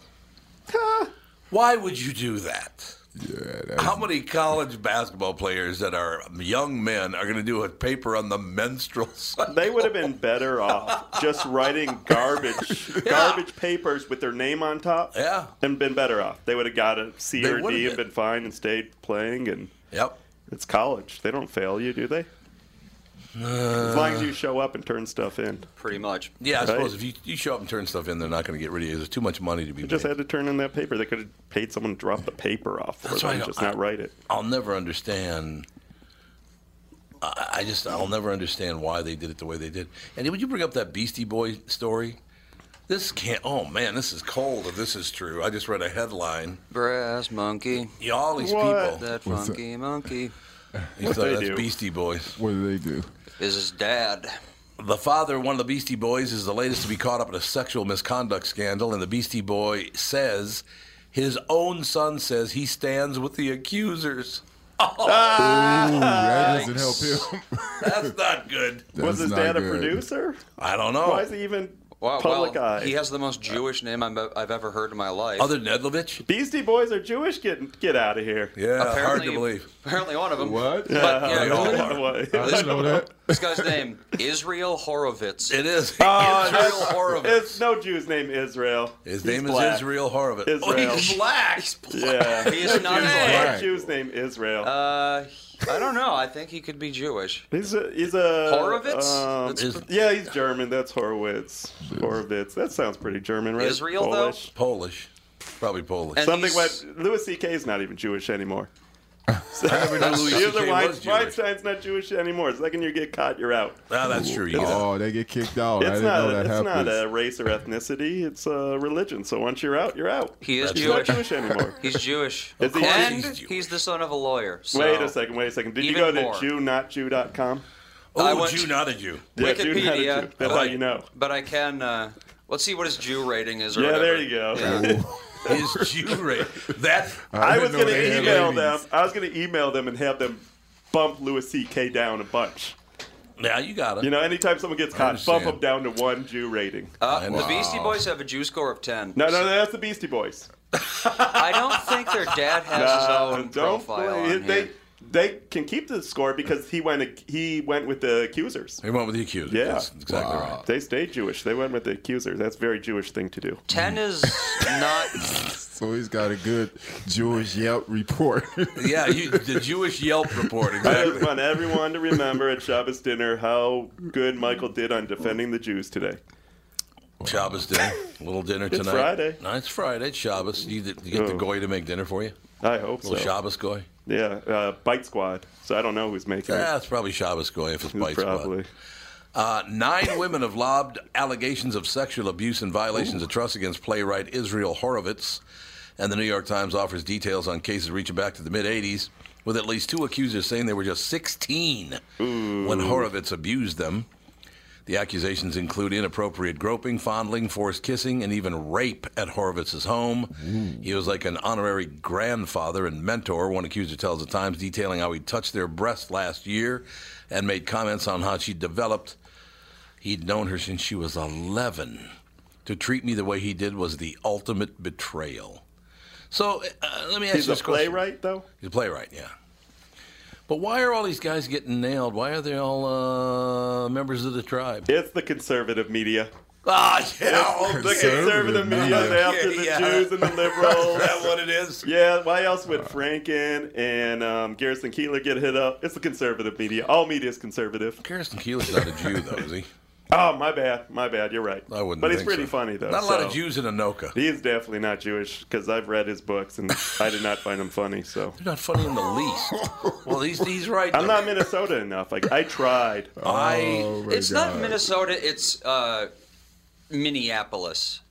Speaker 1: why would you do that?
Speaker 4: yeah,
Speaker 1: How
Speaker 4: that's,
Speaker 1: many college basketball players that are young men are going to do a paper on the menstrual cycle?
Speaker 2: They would have been better off just writing garbage, garbage papers with their name on top.
Speaker 1: Yeah.
Speaker 2: and been better off. They would have got a C
Speaker 1: They
Speaker 2: or
Speaker 1: would
Speaker 2: D
Speaker 1: have
Speaker 2: and
Speaker 1: been.
Speaker 2: been fine and stayed playing. And
Speaker 1: Yep.
Speaker 2: it's college; they don't fail you, do they? as long as you show up and turn stuff in.
Speaker 5: Pretty much.
Speaker 1: Yeah, I
Speaker 2: Right.
Speaker 1: suppose if you, you show up and turn stuff in, they're not going to get rid of you. There's too much money to be
Speaker 2: You just
Speaker 1: made.
Speaker 2: had to turn in that paper. They could have paid someone to drop the paper off for
Speaker 1: That's
Speaker 2: them,
Speaker 1: right.
Speaker 2: just not write it.
Speaker 1: I'll never understand. I, I just I'll never understand why they did it the way they did. And would you bring up that Beastie Boy story? This can't. Oh man, this is cold. If this is true, I just read a headline.
Speaker 5: Brass monkey.
Speaker 1: Yeah, all these
Speaker 2: What?
Speaker 1: people.
Speaker 5: That funky monkey
Speaker 1: He's
Speaker 2: they
Speaker 1: like, That's
Speaker 2: do?
Speaker 1: Beastie Boys.
Speaker 4: what do they do?
Speaker 5: is his dad.
Speaker 1: The father of one of the Beastie Boys is the latest to be caught up in a sexual misconduct scandal, and the Beastie Boy says his own son says he stands with the accusers.
Speaker 4: Ooh, that doesn't help him.
Speaker 1: That's not good.
Speaker 4: That's
Speaker 2: Uh, Was his
Speaker 4: not
Speaker 2: dad a
Speaker 4: good.
Speaker 2: producer?
Speaker 1: I don't know.
Speaker 2: Why is he even
Speaker 5: Wow,
Speaker 2: public
Speaker 5: well,
Speaker 2: eye?
Speaker 5: he has the most Jewish name I'm, I've ever heard in my life.
Speaker 1: Other than Nedlovich?
Speaker 2: Beastie Boys are Jewish. Get get out of here.
Speaker 1: Yeah,
Speaker 5: apparently,
Speaker 1: hard to believe.
Speaker 5: Apparently, one of them.
Speaker 4: What?
Speaker 5: But yeah,
Speaker 1: They all
Speaker 5: really,
Speaker 1: are.
Speaker 4: I didn't know that.
Speaker 5: this guy's name Israel Horovitz.
Speaker 1: It is.
Speaker 2: Oh,
Speaker 5: Israel
Speaker 2: It's
Speaker 5: Horovitz.
Speaker 2: no Jew's name Israel.
Speaker 1: His
Speaker 2: He's
Speaker 1: name is
Speaker 2: black.
Speaker 1: Israel Horovitz.
Speaker 2: Israel.
Speaker 1: Oh, he's black.
Speaker 2: Yeah.
Speaker 5: He is not.
Speaker 2: What
Speaker 4: Right.
Speaker 2: Jew's name Israel?
Speaker 5: Uh, I don't know. I think he could be Jewish.
Speaker 2: he's a, he's a
Speaker 5: Horovitz?
Speaker 2: um,
Speaker 5: That's-
Speaker 1: Is-
Speaker 2: yeah, he's German. That's Horowitz. Horowitz. That sounds pretty German, right?
Speaker 5: Israel, though?
Speaker 2: Polish.
Speaker 1: Polish. Probably Polish.
Speaker 5: And-
Speaker 2: Something
Speaker 5: He's-
Speaker 2: went. Louis C.K. is not even Jewish anymore.
Speaker 1: I never knew Louis
Speaker 2: Either
Speaker 1: C.K.
Speaker 2: Wein-
Speaker 1: was Jewish.
Speaker 2: Weinstein's not Jewish anymore. The second you get caught, you're out.
Speaker 1: Ah, that's true. You know.
Speaker 4: Oh, they get kicked out. I
Speaker 2: It's
Speaker 4: didn't
Speaker 2: not.
Speaker 4: know that
Speaker 2: It's
Speaker 4: happened.
Speaker 2: not a race or ethnicity. It's a religion. So once you're out, you're out.
Speaker 5: He is
Speaker 2: He's not
Speaker 5: Jewish.
Speaker 2: Jewish anymore.
Speaker 5: He's Jewish.
Speaker 2: Is he
Speaker 5: and
Speaker 1: Jewish?
Speaker 5: he's, the son of a lawyer. So
Speaker 2: wait a second. Wait a second. Did you
Speaker 5: Even
Speaker 2: go to
Speaker 5: more.
Speaker 2: JewNotJew.com?
Speaker 1: Oh,
Speaker 5: I went-
Speaker 1: Jew, not a Jew.
Speaker 2: Yeah, Jew, not a
Speaker 5: Wikipedia,
Speaker 2: Jew. That's how
Speaker 5: but-
Speaker 2: you know.
Speaker 5: But I can. Uh, Let's see what his Jew rating is. Or
Speaker 2: Yeah, there
Speaker 5: whatever.
Speaker 2: you go.
Speaker 1: His Jewry. That
Speaker 2: I was
Speaker 4: didn't know
Speaker 2: gonna
Speaker 4: they had
Speaker 2: email
Speaker 4: ladies.
Speaker 2: them. I was gonna email them and have them bump Louis C.K. down a bunch.
Speaker 1: now you got it.
Speaker 2: You know, anytime someone gets caught, bump
Speaker 1: understand.
Speaker 2: them down to one Jew rating.
Speaker 5: Uh, the
Speaker 1: Wow.
Speaker 5: Beastie Boys have a Jew score of ten.
Speaker 2: No, no, no, that's the Beastie Boys.
Speaker 5: I don't think their dad has his
Speaker 2: Uh,
Speaker 5: own profile.
Speaker 2: play-
Speaker 5: on
Speaker 2: they
Speaker 5: here.
Speaker 2: they can keep the score because he went he went with the accusers.
Speaker 1: He went with the accused.
Speaker 2: Yeah.
Speaker 1: That's exactly
Speaker 5: Oh.
Speaker 1: right.
Speaker 2: They stayed Jewish. They went with the accusers. That's a very Jewish thing to do.
Speaker 5: Ten is not.
Speaker 4: So he's got a good Jewish Yelp report.
Speaker 1: Yeah, you, the Jewish Yelp report.
Speaker 2: I just
Speaker 1: Exactly.
Speaker 2: want everyone to remember at Shabbos dinner how good Michael did on defending the Jews today.
Speaker 1: Shabbos dinner. Little dinner
Speaker 2: It's
Speaker 1: tonight.
Speaker 2: Friday.
Speaker 1: No, it's Friday. It's Shabbos. You, get- you get the
Speaker 2: Oh.
Speaker 1: goy to make dinner for you.
Speaker 2: I hope so.
Speaker 1: Little Shabbos goy.
Speaker 2: Yeah, uh, Bite Squad. So I don't know who's making
Speaker 1: Yeah,
Speaker 2: it.
Speaker 1: it's probably Shabbos goy if it's bite
Speaker 2: Probably.
Speaker 1: squad. Uh, nine women have lobbed allegations of sexual abuse and violations of trust against playwright Israel Horovitz, and the New York Times offers details on cases reaching back to the mid '80s, with at least two accusers saying they were just 16 when Horovitz abused them. The accusations include inappropriate groping, fondling, forced kissing, and even rape at Horowitz's home. He was like an honorary grandfather and mentor, one accuser tells the Times, detailing how he touched their breast last year and made comments on how she developed. He'd known her since she was 11. To treat me the way he did was the ultimate betrayal. So uh, let me ask
Speaker 2: He's
Speaker 1: you
Speaker 2: a
Speaker 1: this question.
Speaker 2: playwright, though.
Speaker 1: He's a playwright, yeah. But why are all these guys getting nailed? Why are they all uh, members of the tribe?
Speaker 2: It's the conservative media.
Speaker 1: Ah, yeah, oh,
Speaker 2: The conservative media is after the
Speaker 1: Yeah, yeah.
Speaker 2: Jews and the liberals.
Speaker 1: Is that what it is? Uh.
Speaker 2: Yeah, why else would Franken and um, Garrison Keeler get hit up? It's the conservative media. All media is conservative.
Speaker 1: Kirsten Keeler's not a Jew, though, is he?
Speaker 2: Oh, my bad. My bad. You're right.
Speaker 1: I wouldn't.
Speaker 2: But he's
Speaker 1: think
Speaker 2: pretty
Speaker 1: so.
Speaker 2: funny, though.
Speaker 1: Not a lot
Speaker 2: so-
Speaker 1: of Jews in Anoka. They're
Speaker 2: He is definitely not Jewish because I've read his books and I did not find him funny. So
Speaker 1: not funny in the least. well, he's he's right.
Speaker 2: I'm
Speaker 1: though.
Speaker 2: not Minnesota enough. Like I tried.
Speaker 1: I
Speaker 5: It's not Minnesota. It's uh, Minneapolis.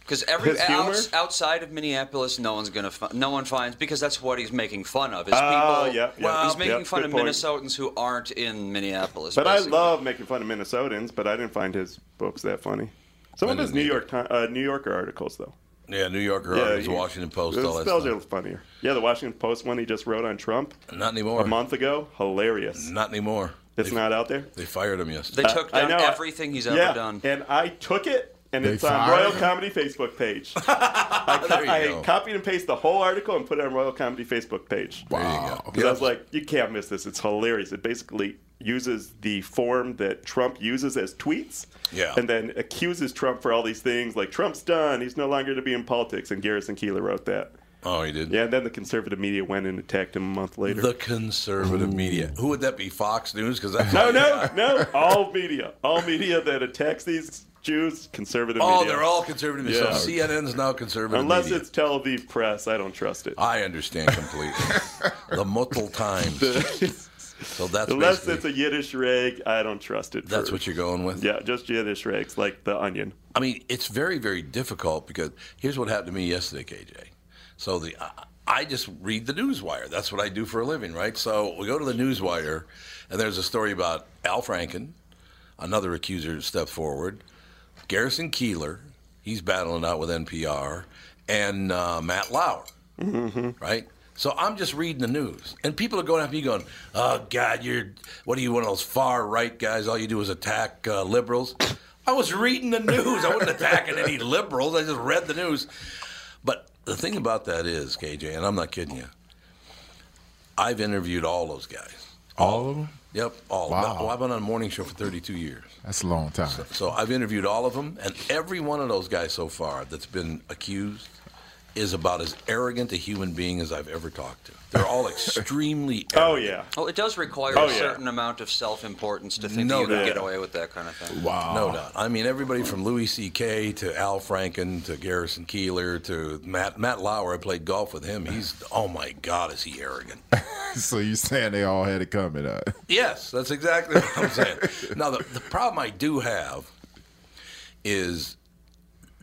Speaker 5: Because every
Speaker 2: His humor?
Speaker 5: outs, outside of Minneapolis, no one's gonna fi- no one finds because that's what he's making fun of. Is
Speaker 2: Oh,
Speaker 5: people?
Speaker 2: yeah, yeah,
Speaker 5: he's
Speaker 2: yeah,
Speaker 5: making fun
Speaker 2: good
Speaker 5: of
Speaker 2: point.
Speaker 5: Minnesotans who aren't in Minneapolis.
Speaker 2: But I
Speaker 5: basically.
Speaker 2: love making fun of Minnesotans. But I didn't find his books that funny. Some of his New York Ti- uh, New Yorker articles, though.
Speaker 1: yeah, New Yorker,
Speaker 2: Yeah,
Speaker 1: articles,
Speaker 2: you-
Speaker 1: Washington Post,
Speaker 2: Those
Speaker 1: all that
Speaker 2: spells
Speaker 1: stuff.
Speaker 2: are funnier. Yeah, the Washington Post one he just wrote on Trump
Speaker 1: Not anymore.
Speaker 2: a month ago. Hilarious.
Speaker 1: Not anymore.
Speaker 2: It's
Speaker 1: they,
Speaker 2: not out there.
Speaker 1: They fired him yesterday.
Speaker 5: They took
Speaker 2: Uh, I
Speaker 5: down
Speaker 2: know.
Speaker 5: everything he's ever
Speaker 2: yeah,
Speaker 5: done.
Speaker 2: and I took it. And
Speaker 4: They
Speaker 2: it's on
Speaker 4: fired
Speaker 2: Royal
Speaker 4: him?
Speaker 2: Comedy Facebook page. I, co-
Speaker 1: There you
Speaker 2: I
Speaker 1: go.
Speaker 2: copied and pasted the whole article and put it on Royal Comedy Facebook page.
Speaker 1: There you go.
Speaker 2: Because I was like, you can't miss this. It's hilarious. It basically uses the form that Trump uses as tweets.
Speaker 1: Yeah.
Speaker 2: And then accuses Trump for all these things like Trump's done. He's no longer to be in politics. And Garrison Keeler wrote that.
Speaker 1: oh, he did.
Speaker 2: Yeah. And then the conservative media went and attacked him a month later.
Speaker 1: The conservative media. Who would that be? Fox News? Because that's
Speaker 2: no, no, no. All media. All media that attacks these Jews, conservative
Speaker 1: Oh,
Speaker 2: media.
Speaker 1: they're all conservative. So
Speaker 2: Yeah.
Speaker 1: CNN's now conservative.
Speaker 2: Unless
Speaker 1: media.
Speaker 2: it's Tel Aviv press, I don't trust it.
Speaker 1: I understand completely. the Motel Times. so that's
Speaker 2: Unless
Speaker 1: basically-
Speaker 2: it's a Yiddish rag, I don't trust it.
Speaker 1: that's
Speaker 2: for-
Speaker 1: what you're going with.
Speaker 2: Yeah, just Yiddish rags, like the onion.
Speaker 1: I mean, it's very, very difficult because here's what happened to me yesterday, KJ. So the I- I just read the newswire. That's what I do for a living, right? So we go to the newswire, and there's a story about Al Franken, another accuser stepped forward, Garrison Keeler, he's battling out with NPR, and uh, Matt Lauer, right? So I'm just reading the news, and people are going after me, going, "Oh God, you're what are you one of those far right guys? All you do is attack uh, liberals." I was reading the news. I wasn't attacking any liberals. I just read the news. But the thing about that is, KJ, and I'm not kidding you. I've interviewed all those guys.
Speaker 4: All of them?
Speaker 1: Yep, all.
Speaker 4: Wow.
Speaker 1: Well, I've been on a morning show for 32 years.
Speaker 4: That's a long time.
Speaker 1: So I've interviewed all of them, and every one of those guys so far that's been accused is about as arrogant a human being as I've ever talked to. They're all extremely arrogant.
Speaker 2: Oh yeah,
Speaker 5: Well, it does require
Speaker 2: Oh,
Speaker 5: a
Speaker 2: yeah.
Speaker 5: certain amount of self-importance to think
Speaker 1: No
Speaker 5: that you can
Speaker 1: doubt.
Speaker 5: get away with that kind of thing.
Speaker 4: Wow.
Speaker 1: No doubt. I mean, everybody from Louis C.K. to Al Franken to Garrison Keeler to Matt Matt Lauer. I played golf with him. He's oh my God, is he arrogant?
Speaker 4: So you're saying they all had it coming up.
Speaker 1: Yes, that's exactly what I'm saying. now, the, the problem I do have is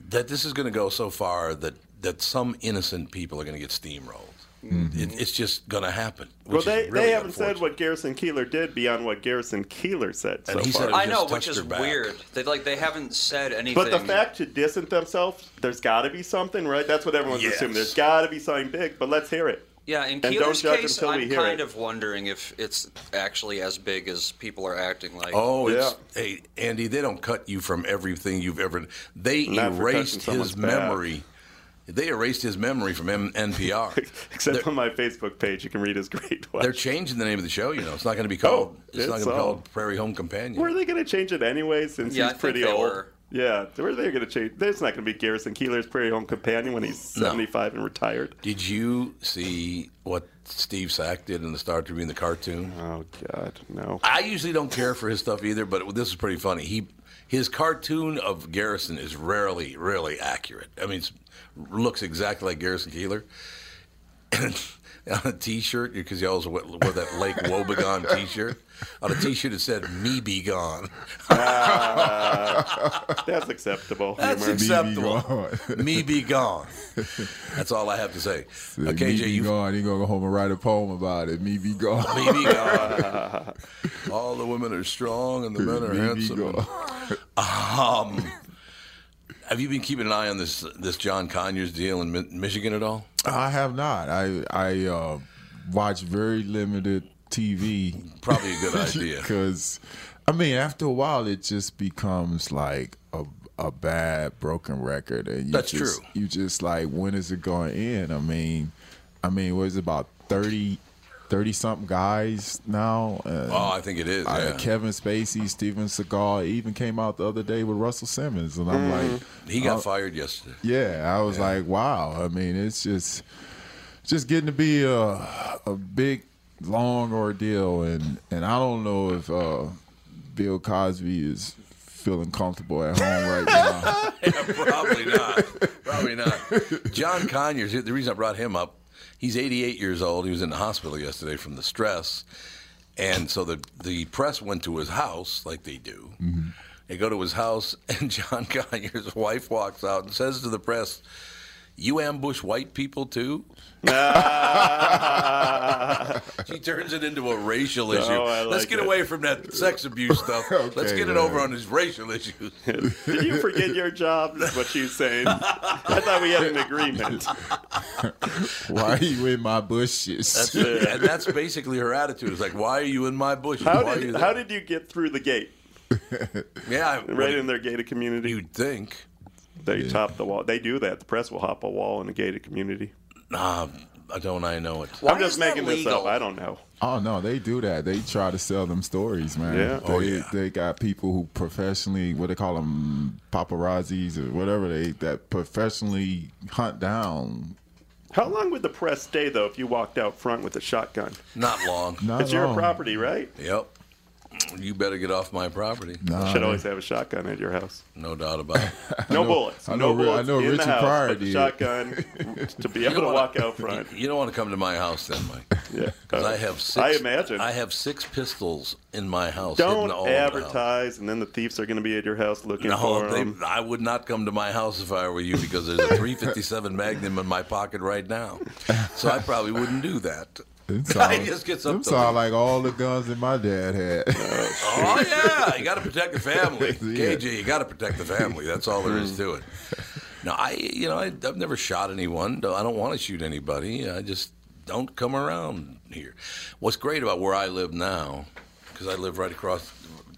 Speaker 1: that this is going to go so far that, that some innocent people are going to get steamrolled. It, it's just going to happen.
Speaker 2: Well,
Speaker 1: which is
Speaker 2: they,
Speaker 1: really
Speaker 2: they haven't said
Speaker 1: unfortunate.
Speaker 2: what Garrison Keeler did beyond what Garrison Keeler said so
Speaker 1: And he
Speaker 2: far.
Speaker 1: said-
Speaker 5: I
Speaker 1: just
Speaker 5: know, which
Speaker 1: touched
Speaker 5: is
Speaker 1: her back.
Speaker 5: weird. They like they haven't said anything.
Speaker 2: But the fact to distance themselves, there's got to be something, right? That's what everyone's
Speaker 1: Yes.
Speaker 2: assuming. There's got to be something big, but let's hear it.
Speaker 5: yeah, in
Speaker 2: And don't
Speaker 5: Keeler's
Speaker 2: judge
Speaker 5: case,
Speaker 2: until we
Speaker 5: I'm
Speaker 2: hear
Speaker 5: kind
Speaker 2: it.
Speaker 5: of wondering if it's actually as big as people are acting like.
Speaker 1: Oh, it's, hey, Andy, they don't cut you from everything you've ever. They
Speaker 2: Not for
Speaker 1: erased
Speaker 2: touching
Speaker 1: his
Speaker 2: someone's back.
Speaker 1: memory. They erased his memory from M- NPR.
Speaker 2: Except on my Facebook page, you can read his great
Speaker 1: They're
Speaker 2: one.
Speaker 1: changing the name of the show. You know, it's not going to be called.
Speaker 2: Oh,
Speaker 1: it's, not going
Speaker 2: it's
Speaker 1: to be
Speaker 2: all-
Speaker 1: called Prairie Home Companion.
Speaker 2: Were they going to change it anyway? Since
Speaker 5: Yeah, I
Speaker 2: he's
Speaker 5: think
Speaker 2: pretty
Speaker 5: they
Speaker 2: old.
Speaker 5: were.
Speaker 2: Yeah, were they going to change? There's not going to be Garrison Keeler's Prairie Home Companion when he's
Speaker 1: No.
Speaker 2: 75 and retired.
Speaker 1: Did you see what Steve Sack did in the Star Tribune, the cartoon?
Speaker 2: Oh God, no.
Speaker 1: I usually don't care for his stuff either, but this is pretty funny. He his cartoon of Garrison is rarely, really accurate. I mean, it's, looks exactly like Garrison Keeler. And on a T-shirt, because he always wore wore that Lake Wobegon T-shirt. On a T-shirt, it said "Me Be Gone."
Speaker 2: That's acceptable.
Speaker 1: That's
Speaker 2: humor.
Speaker 1: acceptable. Me Be Gone. That's all I have to say. Uh,
Speaker 4: me
Speaker 1: KJ,
Speaker 4: be
Speaker 1: you
Speaker 4: gone. You gonna go home and write a poem about it. Me be gone.
Speaker 1: Me Be Gone. All the women are strong and the men are
Speaker 4: Me be
Speaker 1: handsome. Um,
Speaker 4: gone.
Speaker 1: Have you been keeping an eye on this this John Conyers deal in Mi- Michigan at all?
Speaker 4: I have not. I I uh, watch very limited TV
Speaker 1: Probably a good idea.
Speaker 4: because, I mean, after a while, it just becomes like a a bad broken record, and you
Speaker 1: That's
Speaker 4: just,
Speaker 1: true.
Speaker 4: You just like, when is it going to end? I mean, I mean, what is it, about 30, 30 something guys now? And
Speaker 1: Oh, I think it is.
Speaker 4: I-
Speaker 1: yeah.
Speaker 4: Kevin Spacey, Steven Seagal even came out the other day with Russell Simmons, and I'm
Speaker 1: Mm-hmm.
Speaker 4: like,
Speaker 1: he got fired yesterday.
Speaker 4: yeah, I was like, wow. I mean, it's just just getting to be a a big long ordeal, and and I don't know if uh, Bill Cosby is feeling comfortable at home right now.
Speaker 1: Probably not. Probably not. John Conyers. The reason I brought him up, he's 88 years old. He was in the hospital yesterday from the stress, and so the the press went to his house like they do.
Speaker 2: Mm-hmm.
Speaker 1: They go to his house, and John Conyers' wife walks out and says to the press, "You ambush white people too." She turns it into a racial issue.
Speaker 2: Oh, I
Speaker 1: Let's
Speaker 2: like
Speaker 1: get
Speaker 2: it.
Speaker 1: away from that sex abuse stuff. Let's
Speaker 4: Okay,
Speaker 1: get it
Speaker 4: right.
Speaker 1: over on these racial issues.
Speaker 2: Did you forget your job? Is what she's saying. I thought we had an agreement.
Speaker 4: Why are you in my bushes?
Speaker 1: That's it. And that's basically her attitude. It's like, why are you in my bushes?
Speaker 2: How
Speaker 1: why are you
Speaker 2: did
Speaker 1: there?
Speaker 2: how did you get through the gate?
Speaker 1: yeah, I- what
Speaker 2: Right in their gated community.
Speaker 1: You'd think.
Speaker 2: They top the wall. They do that. The press will hop a wall in a gated community.
Speaker 1: Nah, Uh, don't I know it?
Speaker 5: Why
Speaker 2: I'm just
Speaker 5: is that
Speaker 2: making this up.
Speaker 5: legal?
Speaker 2: I don't know.
Speaker 4: Oh no, they do that. They try to sell them stories, man.
Speaker 2: Yeah.
Speaker 4: They,
Speaker 1: Oh, yeah.
Speaker 4: They got people who professionally, what they call them, paparazzis or whatever they that professionally hunt down.
Speaker 2: How long would the press stay though if you walked out front with a shotgun?
Speaker 1: Not long.
Speaker 4: Not
Speaker 2: It's your
Speaker 4: long.
Speaker 2: property, right?
Speaker 1: Yep. You better get off my property.
Speaker 4: Nah,
Speaker 2: Should always have a shotgun at your house.
Speaker 1: No dought about it.
Speaker 2: No
Speaker 4: know-
Speaker 2: bullets.
Speaker 4: I
Speaker 2: no
Speaker 4: know Ri- I
Speaker 2: bullets.
Speaker 4: know
Speaker 2: in the
Speaker 4: Richard
Speaker 2: house,
Speaker 4: Pryor
Speaker 2: but the
Speaker 4: did.
Speaker 2: Shotgun to be able to
Speaker 1: wanna-
Speaker 2: walk out front.
Speaker 1: You don't want to come to my house then, Mike.
Speaker 2: Yeah.
Speaker 1: Because I have six.
Speaker 2: Uh, I imagine.
Speaker 1: I have six pistols in my house.
Speaker 2: don't
Speaker 1: hidden all over the house.
Speaker 2: advertise, and then the thieves are going to be at your house looking for
Speaker 1: No,
Speaker 2: them.
Speaker 1: they, I would not come to my house if I were you because there's a 357 Magnum in my pocket right now. So I probably wouldn't do that.
Speaker 4: Them
Speaker 1: I
Speaker 4: sound-
Speaker 1: just get something.
Speaker 4: them sound like all the guns that my dad had.
Speaker 1: Oh yeah, you got to protect the family,
Speaker 4: Yeah. Mm.
Speaker 1: KJ. You got to protect the family. That's all there is to it. No, I, you know, I, I've never shot anyone. No, I don't want to shoot anybody. I just don't come around here. What's great about where I live now, because I live right across,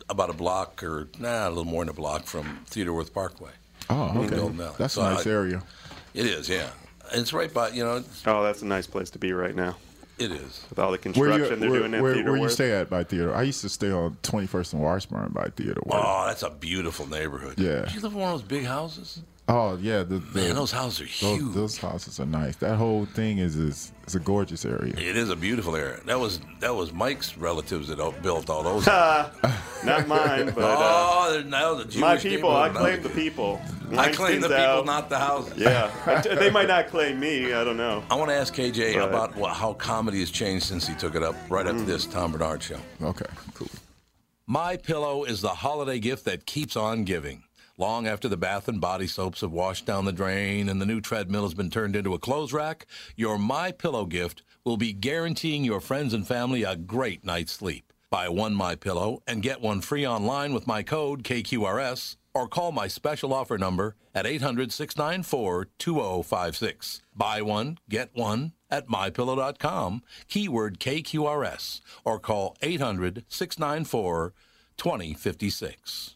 Speaker 1: about a block or nah, a little more than a block from Theodore Worth Parkway.
Speaker 4: oh,
Speaker 1: Golden Valley.
Speaker 4: okay. That's
Speaker 1: So
Speaker 4: a nice
Speaker 1: I-
Speaker 4: area.
Speaker 1: It is, yeah. It's right by, you know,
Speaker 2: oh, that's a nice place to be right now
Speaker 1: it is.
Speaker 2: with all the
Speaker 4: Where
Speaker 2: construction
Speaker 4: you,
Speaker 2: they're
Speaker 4: where,
Speaker 2: doing in
Speaker 4: where,
Speaker 2: Theater
Speaker 4: where you
Speaker 2: Worth.
Speaker 4: stay at by theater? I used to stay on 21st and Washburn by theater. Worth.
Speaker 1: Oh, that's a beautiful neighborhood.
Speaker 4: Yeah.
Speaker 1: Do you live in one of those big houses?
Speaker 4: Oh, yeah. The, the,
Speaker 1: Man, those houses are
Speaker 4: those,
Speaker 1: huge.
Speaker 4: those houses are nice. That whole thing is is, is a gorgeous area.
Speaker 1: It is a beautiful area. That was that was Mike's relatives that all- built all those.
Speaker 2: Not mine, but uh,
Speaker 1: oh, they're now the Jewish
Speaker 2: my people. I
Speaker 1: neighborhood.
Speaker 2: claim the people.
Speaker 1: I claim the
Speaker 2: Weinstein's
Speaker 1: people,
Speaker 2: out.
Speaker 1: not the houses.
Speaker 2: Yeah, they might not claim me. I don't know.
Speaker 1: I want to ask KJ
Speaker 2: Right.
Speaker 1: about what, how comedy has changed since he took it up. Right
Speaker 2: Mm.
Speaker 1: after this Tom Bernard show.
Speaker 4: Okay, cool.
Speaker 1: My Pillow is the holiday gift that keeps on giving. Long after the bath and body soaps have washed down the drain and the new treadmill has been turned into a clothes rack, your My Pillow gift will be guaranteeing your friends and family a great night's sleep. Buy one My Pillow and get one free online with my code KQRS or call my special offer number at 800-694-2056. Buy one, get one at mypillow.com, keyword KQRS, or call 800-694-2056.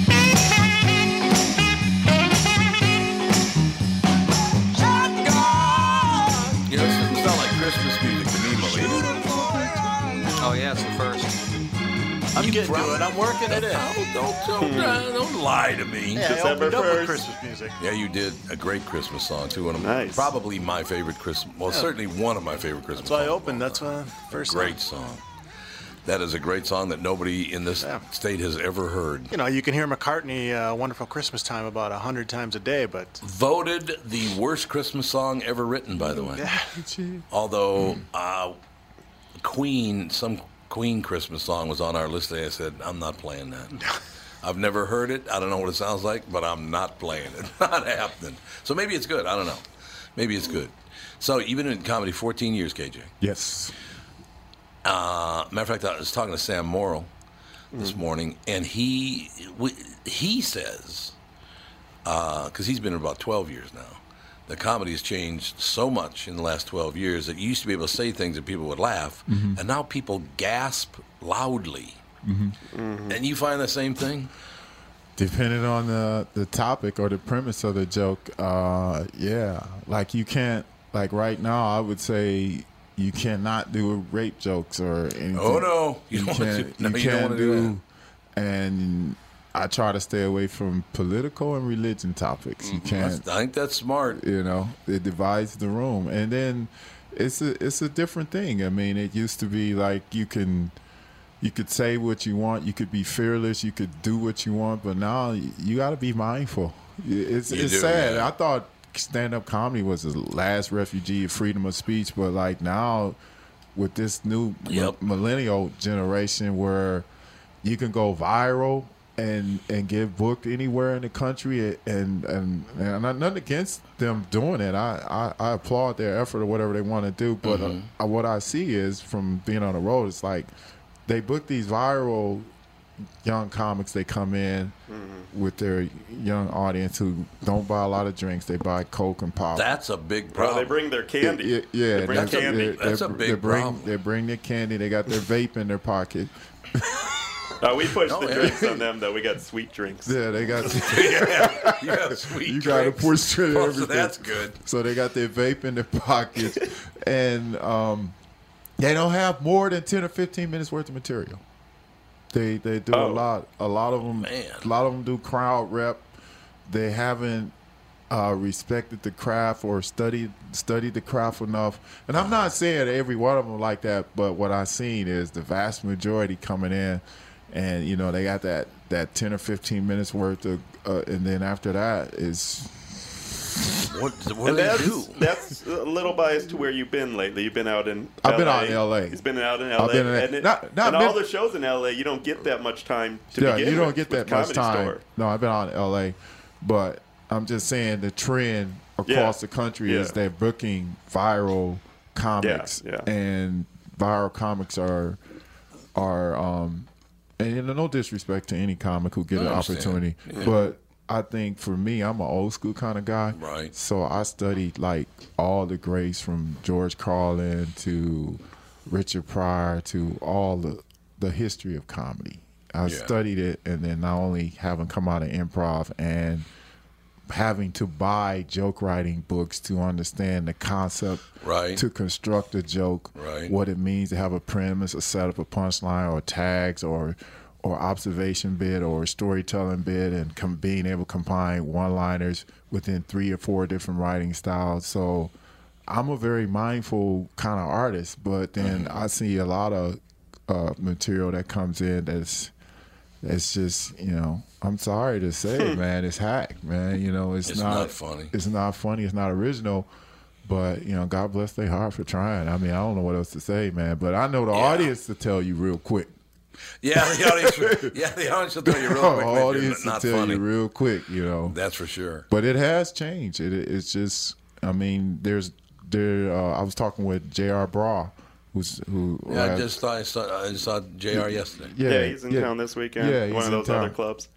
Speaker 5: You know, this doesn't sound like Christmas music to me, Oh, yeah, it's the first.
Speaker 3: I'm getting to it. I'm working it in.
Speaker 1: Don't, don't, don't lie to me.
Speaker 3: Yeah, I
Speaker 2: December
Speaker 3: opened up with
Speaker 2: 1st.
Speaker 3: Christmas music.
Speaker 1: Yeah, you did a great Christmas song too. One of my-
Speaker 2: Nice.
Speaker 1: probably my favorite Christmas. Well, certainly one of my favorite Christmas.
Speaker 3: So I
Speaker 1: songs of
Speaker 3: opened.
Speaker 1: all
Speaker 3: That's uh, first.
Speaker 1: time. great song. That is a great song that nobody in this
Speaker 3: Yeah.
Speaker 1: state has ever heard.
Speaker 3: You know, you can hear McCartney uh, "Wonderful Christmas Time" about a hundred times a day, but
Speaker 1: Voted the worst Christmas song ever written, by the way. Although uh, Queen, some Queen Christmas song was on our list today. I said, I'm not playing that. I've never heard it. I don't know what it sounds like, but I'm not playing it. Not happening. So maybe it's good. I don't know. Maybe it's good. So you've been in comedy 14 years, KJ.
Speaker 4: Yes.
Speaker 1: Uh, matter of fact, I was talking to Sam Morrill this morning, and he we, he says because he's been in about twelve years now. The comedy has changed so much in the last twelve years that you used to be able to say things and people would laugh, and now people gasp loudly. And you find the same thing.
Speaker 4: Depending on the, the topic or the premise of the joke, uh, yeah. Like you can't like right now I would say you cannot do rape jokes or anything.
Speaker 1: Oh, no. You
Speaker 4: You,
Speaker 1: don't wanna
Speaker 4: can't
Speaker 1: do- no,
Speaker 4: you
Speaker 1: you don't
Speaker 4: can't
Speaker 1: wanna do
Speaker 4: do and I try to stay away from political and religion topics. You
Speaker 1: Mm, That's-
Speaker 4: can't
Speaker 1: I think that's smart.
Speaker 4: you know it divides the room and then it's a it's a different thing i mean it used to be like you can you could say what you want you could be fearless you could do what you want but now you got to be mindful it's
Speaker 1: You
Speaker 4: it's
Speaker 1: do,
Speaker 4: sad
Speaker 1: yeah.
Speaker 4: i thought stand-up comedy was the last refugee of freedom of speech but like now with this new mi-
Speaker 1: Yep.
Speaker 4: millennial generation where you can go viral and and get booked anywhere in the country and and, and I'm nothing against them doing it. I, I, I applaud their effort or whatever they want to do, but uh I, what I see is from being on the road, it's like they book these viral young comics. They come in
Speaker 1: Mm-hmm.
Speaker 4: with their young audience who don't buy a lot of drinks. They buy Coke and pop.
Speaker 1: That's a big
Speaker 2: Bro, they
Speaker 1: problem.
Speaker 2: bring their candy.
Speaker 4: Yeah, yeah,
Speaker 2: they bring
Speaker 4: that's-
Speaker 2: candy.
Speaker 4: they-
Speaker 1: That's
Speaker 4: they-
Speaker 1: a big
Speaker 4: they bring,
Speaker 1: problem.
Speaker 4: They bring their candy. They got their vape in their pocket.
Speaker 2: Uh, we pushed
Speaker 1: No,
Speaker 2: the
Speaker 1: yeah.
Speaker 2: drinks on them though. We got sweet drinks.
Speaker 4: Yeah, they got.
Speaker 1: yeah, you have sweet
Speaker 4: you got to
Speaker 1: drinks.
Speaker 4: push through
Speaker 1: Oh, so
Speaker 4: everything.
Speaker 1: that's good.
Speaker 4: So they got their vape in their pockets, and um, they don't have more than ten or fifteen minutes worth of material. They they do a
Speaker 2: Oh.
Speaker 4: lot. A lot of them.
Speaker 1: Man.
Speaker 4: A lot of them do crowd rep. They haven't uh, respected the craft or studied studied the craft enough. And I'm not saying every one of them like that, but what I've seen is the vast majority coming in, and you know they got that that ten or fifteen minutes worth of, uh, and then after that is
Speaker 1: What, what do
Speaker 2: And
Speaker 1: they
Speaker 2: that's,
Speaker 1: do?
Speaker 2: that's a little biased to where you've been lately. You've been out in.
Speaker 4: I've
Speaker 2: LA.
Speaker 4: been out in LA.
Speaker 2: He's been out in LA.
Speaker 4: I've been in-
Speaker 2: and it-
Speaker 4: not- not
Speaker 2: and all
Speaker 4: been-
Speaker 2: the shows in LA, you don't get that much time to
Speaker 4: yeah,
Speaker 2: begin
Speaker 4: you don't
Speaker 2: with,
Speaker 4: get
Speaker 2: with
Speaker 4: that
Speaker 2: Comedy
Speaker 4: much time.
Speaker 2: Store.
Speaker 4: No, I've been out in L.A., but I'm just saying the trend across the country is
Speaker 2: Yeah.
Speaker 4: they're booking viral comics,
Speaker 2: yeah.
Speaker 4: and viral comics are are um, and you know, no disrespect to any comic who get
Speaker 1: I
Speaker 4: an
Speaker 1: understand.
Speaker 4: opportunity, but I think for me, I'm an old school kind of guy.
Speaker 1: Right.
Speaker 4: So I studied like all the greats from George Carlin to Richard Pryor to all the the history of comedy. I
Speaker 1: Yeah.
Speaker 4: studied it, and then not only having come out of improv and having to buy joke writing books to understand the concept
Speaker 1: Right.
Speaker 4: to construct a joke
Speaker 1: Right.
Speaker 4: what it means to have a premise a setup a punchline or tags or or observation bit or storytelling bit and com- being able to combine one liners within three or four different writing styles so i'm a very mindful kind of artist but then
Speaker 1: Mm-hmm.
Speaker 4: i see a lot of uh, material that comes in that's that's just you know i'm sorry to say man it's hack man you know it's,
Speaker 1: It's not funny.
Speaker 4: it's not funny. It's not original. But you know, God bless their heart for trying. I mean, I don't know what else to say, man. But I know the audience to tell you real quick.
Speaker 1: Yeah, the audience. will- yeah, the audience will tell you real quick.
Speaker 4: Oh, The
Speaker 1: that you're
Speaker 4: audience to
Speaker 1: not
Speaker 4: tell
Speaker 1: funny.
Speaker 4: you real quick. You know.
Speaker 1: That's for sure.
Speaker 4: But it has changed. It, it's just, I mean, there's there. Uh, I was talking with J.R. Bra, who's who.
Speaker 1: Yeah, I
Speaker 4: uh,
Speaker 1: just saw, I saw, I saw Jr. yesterday.
Speaker 4: yeah,
Speaker 2: Yeah, he's in
Speaker 4: yeah.
Speaker 2: town this weekend.
Speaker 4: Yeah, he's
Speaker 2: one of
Speaker 4: in
Speaker 2: those other
Speaker 4: town.
Speaker 2: clubs.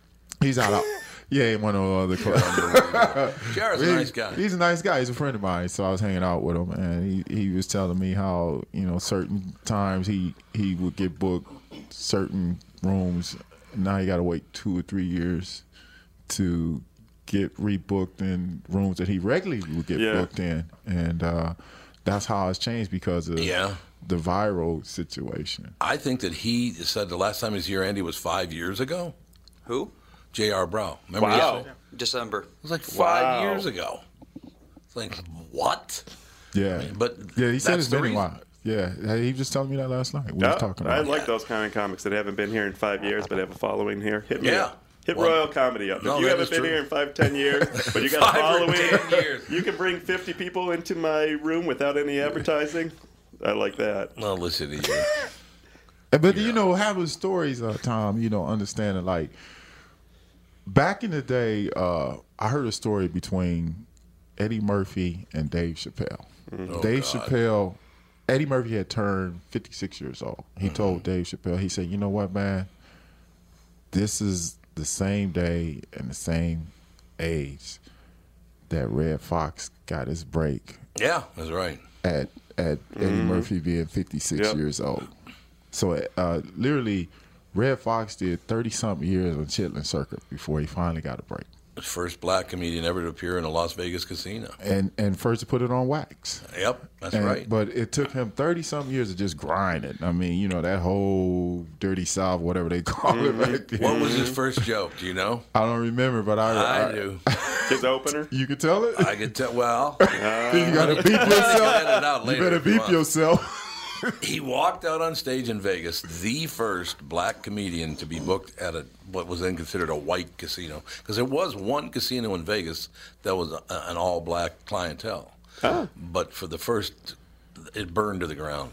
Speaker 4: He's out. of- yeah, in one of the other clubs.
Speaker 1: Jr.'s a
Speaker 4: He-
Speaker 1: nice guy.
Speaker 4: He's a nice guy. He's a friend of mine. So I was hanging out with him, and he, he was telling me how you know certain times he he would get booked certain rooms. Now you got to wait two or three years to get rebooked in rooms that he regularly would get
Speaker 2: Yeah.
Speaker 4: booked in, and uh, that's how it's changed because of
Speaker 1: Yeah.
Speaker 4: the viral situation.
Speaker 1: I think that he said the last time he was here, Andy, was five years ago.
Speaker 5: Who?
Speaker 1: J.R. Brow. Remember
Speaker 2: Wow.
Speaker 1: yesterday? It
Speaker 5: December.
Speaker 1: was like five
Speaker 2: Wow.
Speaker 1: years ago. It's like, what?
Speaker 4: Yeah,
Speaker 1: But
Speaker 4: yeah, he said
Speaker 1: that's
Speaker 4: it's
Speaker 1: the
Speaker 4: been a
Speaker 1: reason.
Speaker 4: while. Yeah, he was just telling me that last night. We
Speaker 2: Yeah,
Speaker 4: was talking
Speaker 2: I
Speaker 4: about. it.
Speaker 2: like those kind of comics that haven't been here in five years but have a following here. Hit me
Speaker 1: Yeah.
Speaker 2: up. Hit
Speaker 1: Well,
Speaker 2: Royal Comedy up. If
Speaker 1: no,
Speaker 2: you
Speaker 1: that
Speaker 2: haven't
Speaker 1: is
Speaker 2: been
Speaker 1: true.
Speaker 2: here in five, ten years, but you got a
Speaker 1: Five or
Speaker 2: following,
Speaker 1: 10 years.
Speaker 2: you can bring 50 people into my room without any advertising. I like that.
Speaker 1: Well, listen to you.
Speaker 4: But you know, having stories, uh, Tom, you know, understanding like back in the day, uh, I heard a story between Eddie Murphy and Dave Chappelle. Dave Chappelle, Eddie Murphy had turned 56 years old. He told Dave Chappelle, he said, "You know what, man? This is the same day and the same age that Red Fox got his break
Speaker 1: yeah, that's right.
Speaker 4: at at Eddie
Speaker 1: Mm-hmm.
Speaker 4: Murphy being 56
Speaker 2: Yep.
Speaker 4: years old. So uh, literally, Red Fox did 30 something years on Chitlin Circuit before he finally got a break,
Speaker 1: The first black comedian ever to appear in a Las Vegas casino.
Speaker 4: and and first to put it on wax.
Speaker 1: Yep, that's
Speaker 4: And-
Speaker 1: right.
Speaker 4: But it took him 30 something years to just grind it. I mean, you know, that whole dirty South, whatever they call
Speaker 1: Mm-hmm.
Speaker 4: it back then.
Speaker 1: what was his first joke? Do you know?
Speaker 4: I don't remember, but I,
Speaker 1: I do.
Speaker 2: His opener.
Speaker 4: You can tell it?
Speaker 1: I could tell. Well, you
Speaker 4: you gotta beep yourself.
Speaker 1: edit it out
Speaker 4: You
Speaker 1: later
Speaker 4: better
Speaker 1: if you
Speaker 4: beep
Speaker 1: want.
Speaker 4: yourself.
Speaker 1: He walked out on stage in Vegas, the first black comedian to be booked at a what was then considered a white casino, because there was one casino in Vegas that was a, an all black clientele. But for the first, it burned to the ground.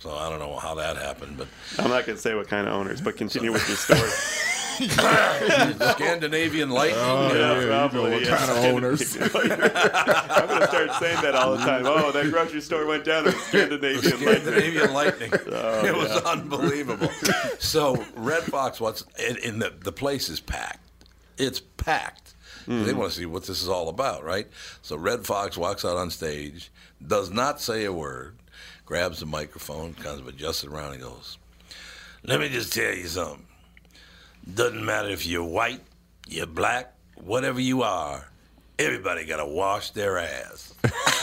Speaker 1: So I don't know how that happened, but
Speaker 2: I'm not going to say what kind of owners, but continue with your story.
Speaker 1: Scandinavian Lightning.
Speaker 2: Oh,
Speaker 4: yeah, you know what kind of owners.
Speaker 2: I'm going to start saying that all the time. Oh, that grocery store went down in Scandinavian Lightning.
Speaker 1: Scandinavian lightning. it was unbelievable. so Red Fox wants, and, and the the place is packed. It's packed. They want to see what this is all about, right? So Red Fox walks out on stage, does not say a word, grabs the microphone, kind of adjusts it around, and goes, "Let me just tell you something. Doesn't matter if you're white, you're black, whatever you are." Everybody got to wash their ass.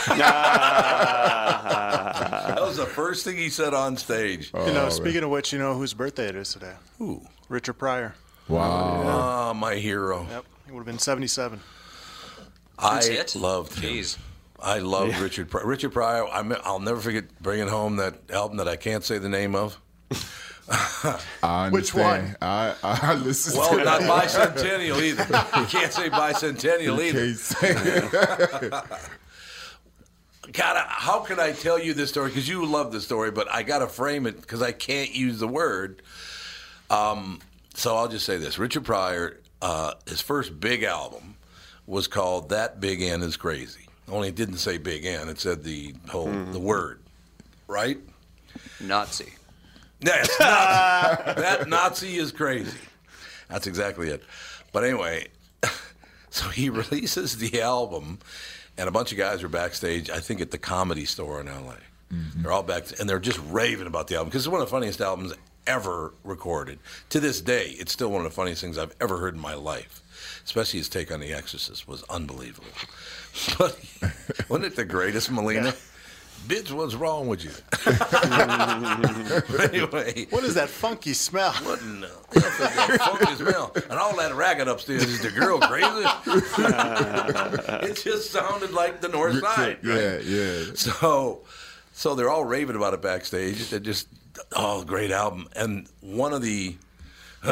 Speaker 1: That was the first thing he said on stage.
Speaker 3: You know, speaking of which, you know whose birthday it is today?
Speaker 1: Who?
Speaker 3: Richard Pryor.
Speaker 4: Wow.
Speaker 1: Ah, my hero.
Speaker 3: Yep, he would have been 77.
Speaker 1: I
Speaker 5: That's it?
Speaker 1: loved him.
Speaker 5: Jeez.
Speaker 1: I loved Richard Pryor. Richard Pryor. I me- I'll never forget bringing home that album that I can't say the name of.
Speaker 4: I
Speaker 3: Which
Speaker 4: understand. I, I listen
Speaker 1: Well,
Speaker 4: to
Speaker 1: not bicentennial either. You can't say bicentennial either.
Speaker 4: Can't say it.
Speaker 1: God, I- how can I tell you this story? Because you love the story, but I got to frame it because I can't use the word. Um, so I'll just say this: Richard Pryor, uh, his first big album was called "That Big N Is Crazy." Only it didn't say "Big N"; it said the whole the word, right?
Speaker 5: Nazi.
Speaker 1: Yeah, it's not. that Nazi is crazy. That's exactly it. But anyway, so he releases the album, and a bunch of guys are backstage, I think at the comedy store in LA. They're all back, and they're just raving about the album because it's one of the funniest albums ever recorded. To this day, it's still one of the funniest things I've ever heard in my life. Especially his take on The Exorcist was unbelievable. But wasn't it the greatest, Melina? Bitch, what's wrong with you? but anyway,
Speaker 3: What is that funky smell?
Speaker 1: what in the that funky smell? And all that racket upstairs is the girl crazy. it just sounded like the North Side.
Speaker 4: Yeah, yeah.
Speaker 1: So, so they're all raving about it backstage. They're just, oh, great album. And one of the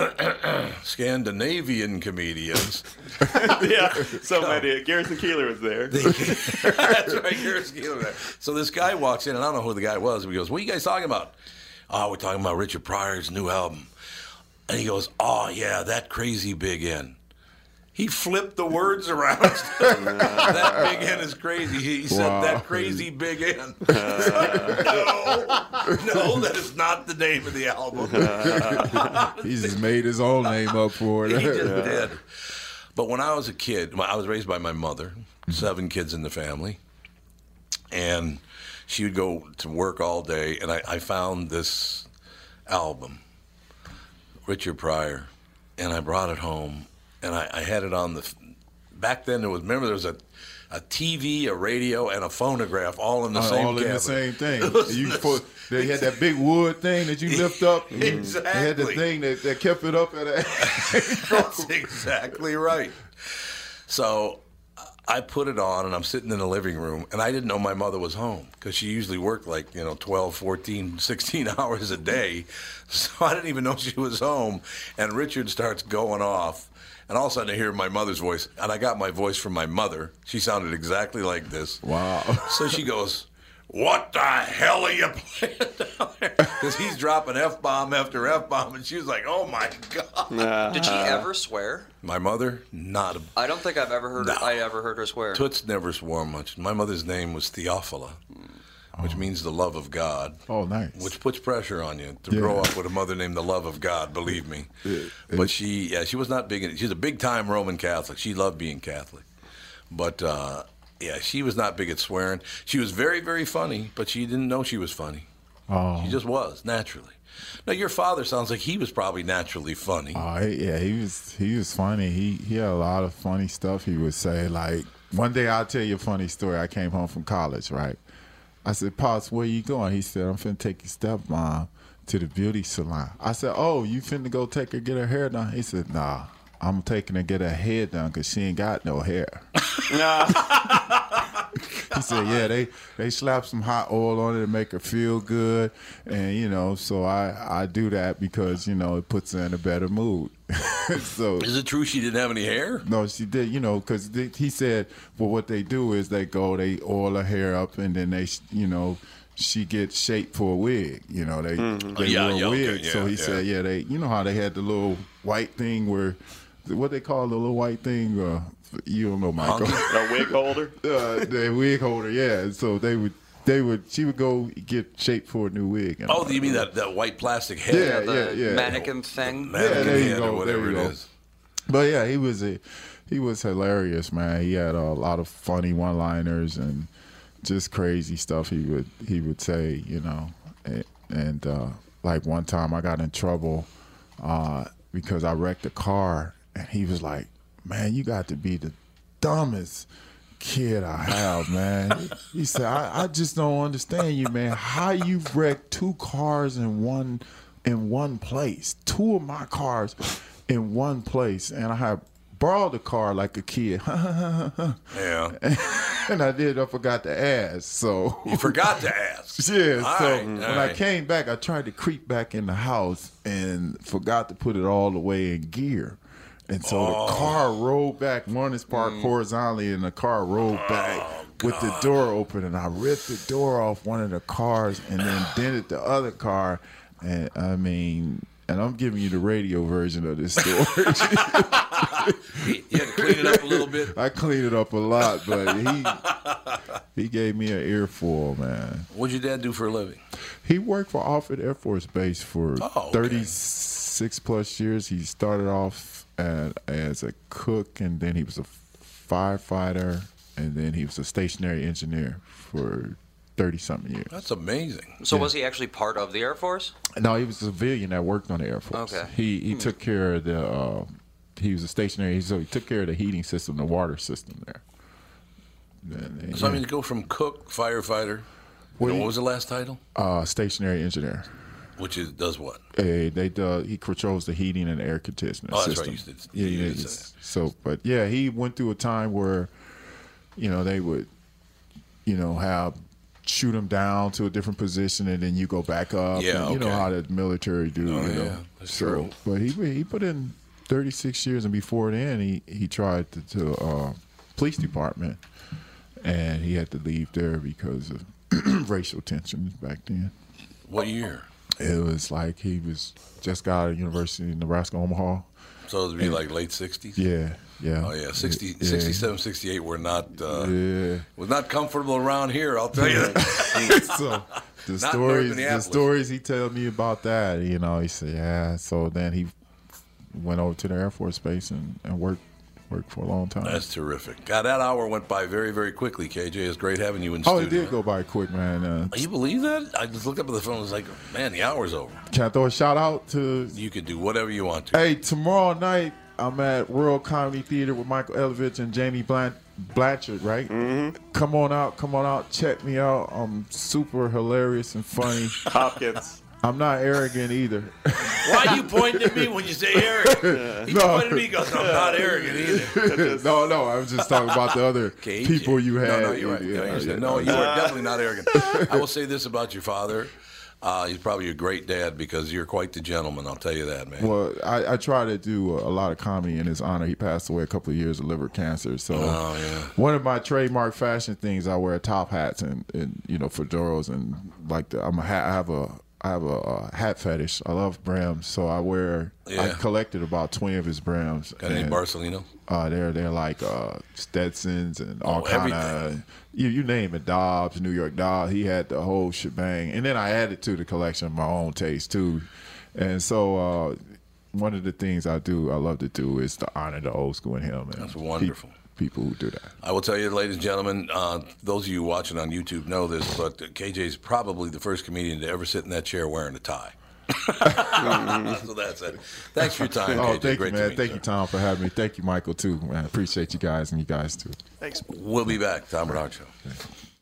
Speaker 1: Scandinavian comedians,
Speaker 2: yeah, so many. Garrison Keeler was there.
Speaker 1: that's right, here's Keeler. So this guy walks in, and I don't know who the guy was, but he goes, What are you guys talking about? Oh, we're talking about Richard Pryor's new album. And he goes, Oh, yeah, that crazy Big N. He flipped the words around. that Big N is crazy. He he said,
Speaker 4: Wow.
Speaker 1: That crazy Big N. no, no, that is not the name of the album.
Speaker 4: He just made his own name up for it.
Speaker 1: He just did. But when I was a kid, well, I was raised by my mother, seven kids in the family, and she would go to work all day, and I, I found this album, Richard Pryor, and I brought it home, and I, I had it on the. f- Back then, there was remember there was a, a TV, a radio, and a phonograph all in the
Speaker 4: Uh,
Speaker 1: same.
Speaker 4: all in the
Speaker 1: cabinet.
Speaker 4: same thing.
Speaker 1: was
Speaker 4: You
Speaker 1: the-
Speaker 4: put, they had that big wood thing that you lift up. and They had the
Speaker 1: Exactly.
Speaker 4: thing that, that kept it up at a
Speaker 1: That's exactly right. So I put it on and I'm sitting in the living room and I didn't know my mother was home because she usually worked like, you know, 12, 14, 16 hours a day. So I didn't even know she was home. And Richard starts going off. And all of a sudden I hear my mother's voice. And I got my voice from my mother. She sounded exactly like this.
Speaker 4: Wow.
Speaker 1: So she goes, What the hell are you playing down there? Because he's dropping F bomb after F bomb. And she was like, Oh my God.
Speaker 5: Did she
Speaker 1: Uh,
Speaker 5: ever swear?
Speaker 1: My mother, not a
Speaker 5: I don't think I've ever heard.
Speaker 1: No.
Speaker 5: I ever heard her swear.
Speaker 1: Toots never swore much. My mother's name was Theophila, which means the love of God,
Speaker 4: Oh, nice.
Speaker 1: which puts pressure on you to
Speaker 4: Yeah.
Speaker 1: grow up with a mother named the love of God. Believe me. But she, yeah, she was not big. In it. She's a big time Roman Catholic. She loved being Catholic, but uh, yeah, she was not big at swearing. She was very, very funny, but she didn't know she was funny.
Speaker 4: oh,
Speaker 1: She just was naturally. Now your father sounds like he was probably naturally funny.
Speaker 4: Oh, he- yeah, he was he was funny. He he had a lot of funny stuff he would say. Like one day I'll tell you a funny story. I came home from college, right? I said, Pops, where you going? He said, I'm finna take your stepmom to the beauty salon. I said, Oh, you finna go take her get her hair done? He said, Nah, I'm taking her get her head done because she ain't got no hair. He said, "Yeah, they they slap some hot oil on it to make her feel good, and you know, so I I do that because you know it puts her in a better mood." so
Speaker 1: Is it true she didn't have any hair?
Speaker 4: no, she did, you know, because he said, "Well, what they do is they go, they oil her hair up, and then they, sh- you know." She gets shaped for a wig, you know. They, they
Speaker 1: Mm-hmm. Yeah,
Speaker 4: wore
Speaker 1: yeah,
Speaker 4: a
Speaker 1: okay,
Speaker 4: wig, so
Speaker 1: yeah,
Speaker 4: he
Speaker 1: yeah.
Speaker 4: said, "Yeah, they, you know how they had the little white thing where, what they call the little white thing? Uh, you don't know, Michael
Speaker 2: A wig holder.
Speaker 4: uh, the wig holder, yeah. So they would, they would, she would go get shaped for a new wig. And
Speaker 1: Oh, you mean that, that white plastic head?
Speaker 4: Yeah,
Speaker 5: the
Speaker 4: yeah, yeah.
Speaker 5: mannequin thing.
Speaker 1: Mannequin
Speaker 4: there you
Speaker 1: head
Speaker 4: go,
Speaker 1: or
Speaker 4: there
Speaker 1: whatever
Speaker 4: you
Speaker 1: it
Speaker 4: go.
Speaker 1: is.
Speaker 4: But yeah, he was a, he was hilarious, man. He had a lot of funny one-liners and just crazy stuff he would he would say, you know. And, and uh, like one time, I got in trouble uh, because I wrecked a car, and he was like, "Man, you got to be the dumbest." Kid, I have man. He said, I, "I just don't understand you, man. How you wrecked two cars in one in one place. Two of my cars in one place, and I had borrowed the car like a kid.
Speaker 1: Yeah.
Speaker 4: and I did. I forgot to ask. So
Speaker 1: You forgot to ask.
Speaker 4: yeah.
Speaker 1: All
Speaker 4: so
Speaker 1: right, all
Speaker 4: when I
Speaker 1: right.
Speaker 4: came back, I tried to creep back in the house and forgot to put it all the way in gear. And so
Speaker 1: Oh.
Speaker 4: the car rolled back. One is
Speaker 1: Mm.
Speaker 4: parked horizontally, and the car rolled
Speaker 1: Oh,
Speaker 4: back with the door open. And I ripped the door off one of the cars and then dented the other car. And I mean, and I'm giving you the radio version of this story.
Speaker 1: You had to clean it up a little bit.
Speaker 4: I cleaned it up a lot, but he he gave me an earful, man.
Speaker 1: What'd your dad do for a living?
Speaker 4: He worked for Offutt Air Force Base for
Speaker 1: Oh, okay.
Speaker 4: 36 plus years. He started off at, as a cook, and then he was a firefighter, and then he was a stationary engineer for 30 something years.
Speaker 1: That's amazing.
Speaker 5: So was he actually part of the Air Force?
Speaker 4: No, he was a civilian that worked on the Air Force.
Speaker 5: Okay.
Speaker 4: He
Speaker 1: Hmm.
Speaker 4: he took care of the. Uh, he was a stationary, so he took care of the heating system, the water system there. And-
Speaker 1: So I mean, to go from cook, firefighter,
Speaker 4: What
Speaker 1: and what
Speaker 4: do you-
Speaker 1: was the last title?
Speaker 4: uh, stationary engineer.
Speaker 1: Which is does what?
Speaker 4: Uh, they uh, he controls the heating and air conditioning
Speaker 1: Oh, that's right.
Speaker 4: system.
Speaker 1: You used to-
Speaker 4: yeah,
Speaker 1: you
Speaker 4: yeah,
Speaker 1: used to
Speaker 4: it's-
Speaker 1: say
Speaker 4: So, but yeah, he went through a time where, you know, they would, you know, have shoot him down to a different position, and then you go back up.
Speaker 1: Yeah,
Speaker 4: and you know
Speaker 1: okay.
Speaker 4: how the military do.
Speaker 1: Oh,
Speaker 4: you know?
Speaker 1: yeah, that's
Speaker 4: so,
Speaker 1: true.
Speaker 4: But he he put in thirty six years, and before then, he he tried to, to uh, police department, and he had to leave there because of racial tensions back then. Uh,
Speaker 1: What year?
Speaker 4: It was like he was just got out of university in Nebraska, Omaha.
Speaker 1: So it'd be like late '60s.
Speaker 4: Yeah, yeah.
Speaker 1: Oh yeah, 60,
Speaker 4: Yeah.
Speaker 1: 67, 68 were not uh,
Speaker 4: Yeah.
Speaker 1: was not comfortable around here. I'll tell you that.
Speaker 4: So the
Speaker 1: Not
Speaker 4: stories, the
Speaker 1: Minneapolis.
Speaker 4: stories he tell me about that, you know, he said, yeah. So then he went over to the Air Force Base and, and worked worked for a long time.
Speaker 1: That's terrific. God, that hour went by very, very quickly. KJ, it's great having you in
Speaker 4: oh,
Speaker 1: studio.
Speaker 4: it did go by quick, man. Uh,
Speaker 1: You believe that? I just looked up at the phone. and was like, man, the hour's over.
Speaker 4: can I throw a shout out to
Speaker 1: You can do whatever you want to.
Speaker 4: Hey, tomorrow night I'm at World Comedy Theater with Michael Elovich and Jamie Blan- Blanchard. Right? Mm-hmm. Come on out, come on out, check me out. I'm super hilarious and funny.
Speaker 2: Hopkins.
Speaker 4: I'm not arrogant either.
Speaker 1: Why you pointing at me when you say arrogant? You pointed at me because I'm not arrogant either.
Speaker 4: no, no, I was just talking about the other
Speaker 1: KJ.
Speaker 4: people you had.
Speaker 1: No, no, you're right.
Speaker 4: Yeah,
Speaker 1: no, you're
Speaker 4: yeah,
Speaker 1: saying- no, you are definitely not arrogant. I will say this about your father. Uh, he's probably a great dad because you're quite the gentleman. I'll tell you that, man.
Speaker 4: Well, I, I try to do a lot of comedy in his honor. He passed away a couple of years of liver cancer. So,
Speaker 1: Oh, yeah.
Speaker 4: one of my trademark fashion things, I wear top hats and, and you know fedoras and like the, I'm a ha- I have a I have a, uh hat fetish. I love brims, so I wear. I
Speaker 1: Yeah.
Speaker 4: collected about twenty of his brims.
Speaker 1: Got any
Speaker 4: and,
Speaker 1: Barcelino?
Speaker 4: Uh, they're they're like uh, Stetsons and all
Speaker 1: Oh,
Speaker 4: kind of
Speaker 1: everything.
Speaker 4: you you name it Dobbs New York Dobbs he had the whole shebang and then I added to the collection my own taste too, and so uh, one of the things I do I love to do is to honor the old school in him. And
Speaker 1: That's wonderful.
Speaker 4: pe- people who do that.
Speaker 1: I will tell you, ladies and gentlemen, uh, those of you watching on YouTube know this, but KJ's probably the first comedian to ever sit in that chair wearing a tie. so that's it. Thanks for your time,
Speaker 4: Mm-hmm. Oh,
Speaker 1: KJ.
Speaker 4: thank you,
Speaker 1: Great
Speaker 4: man.
Speaker 1: to meet
Speaker 4: Thank you, Tom, for having me. Thank you, Michael, too. Man, I appreciate you guys and you guys too.
Speaker 3: Thanks.
Speaker 1: We'll be back. Tom Bernard Show.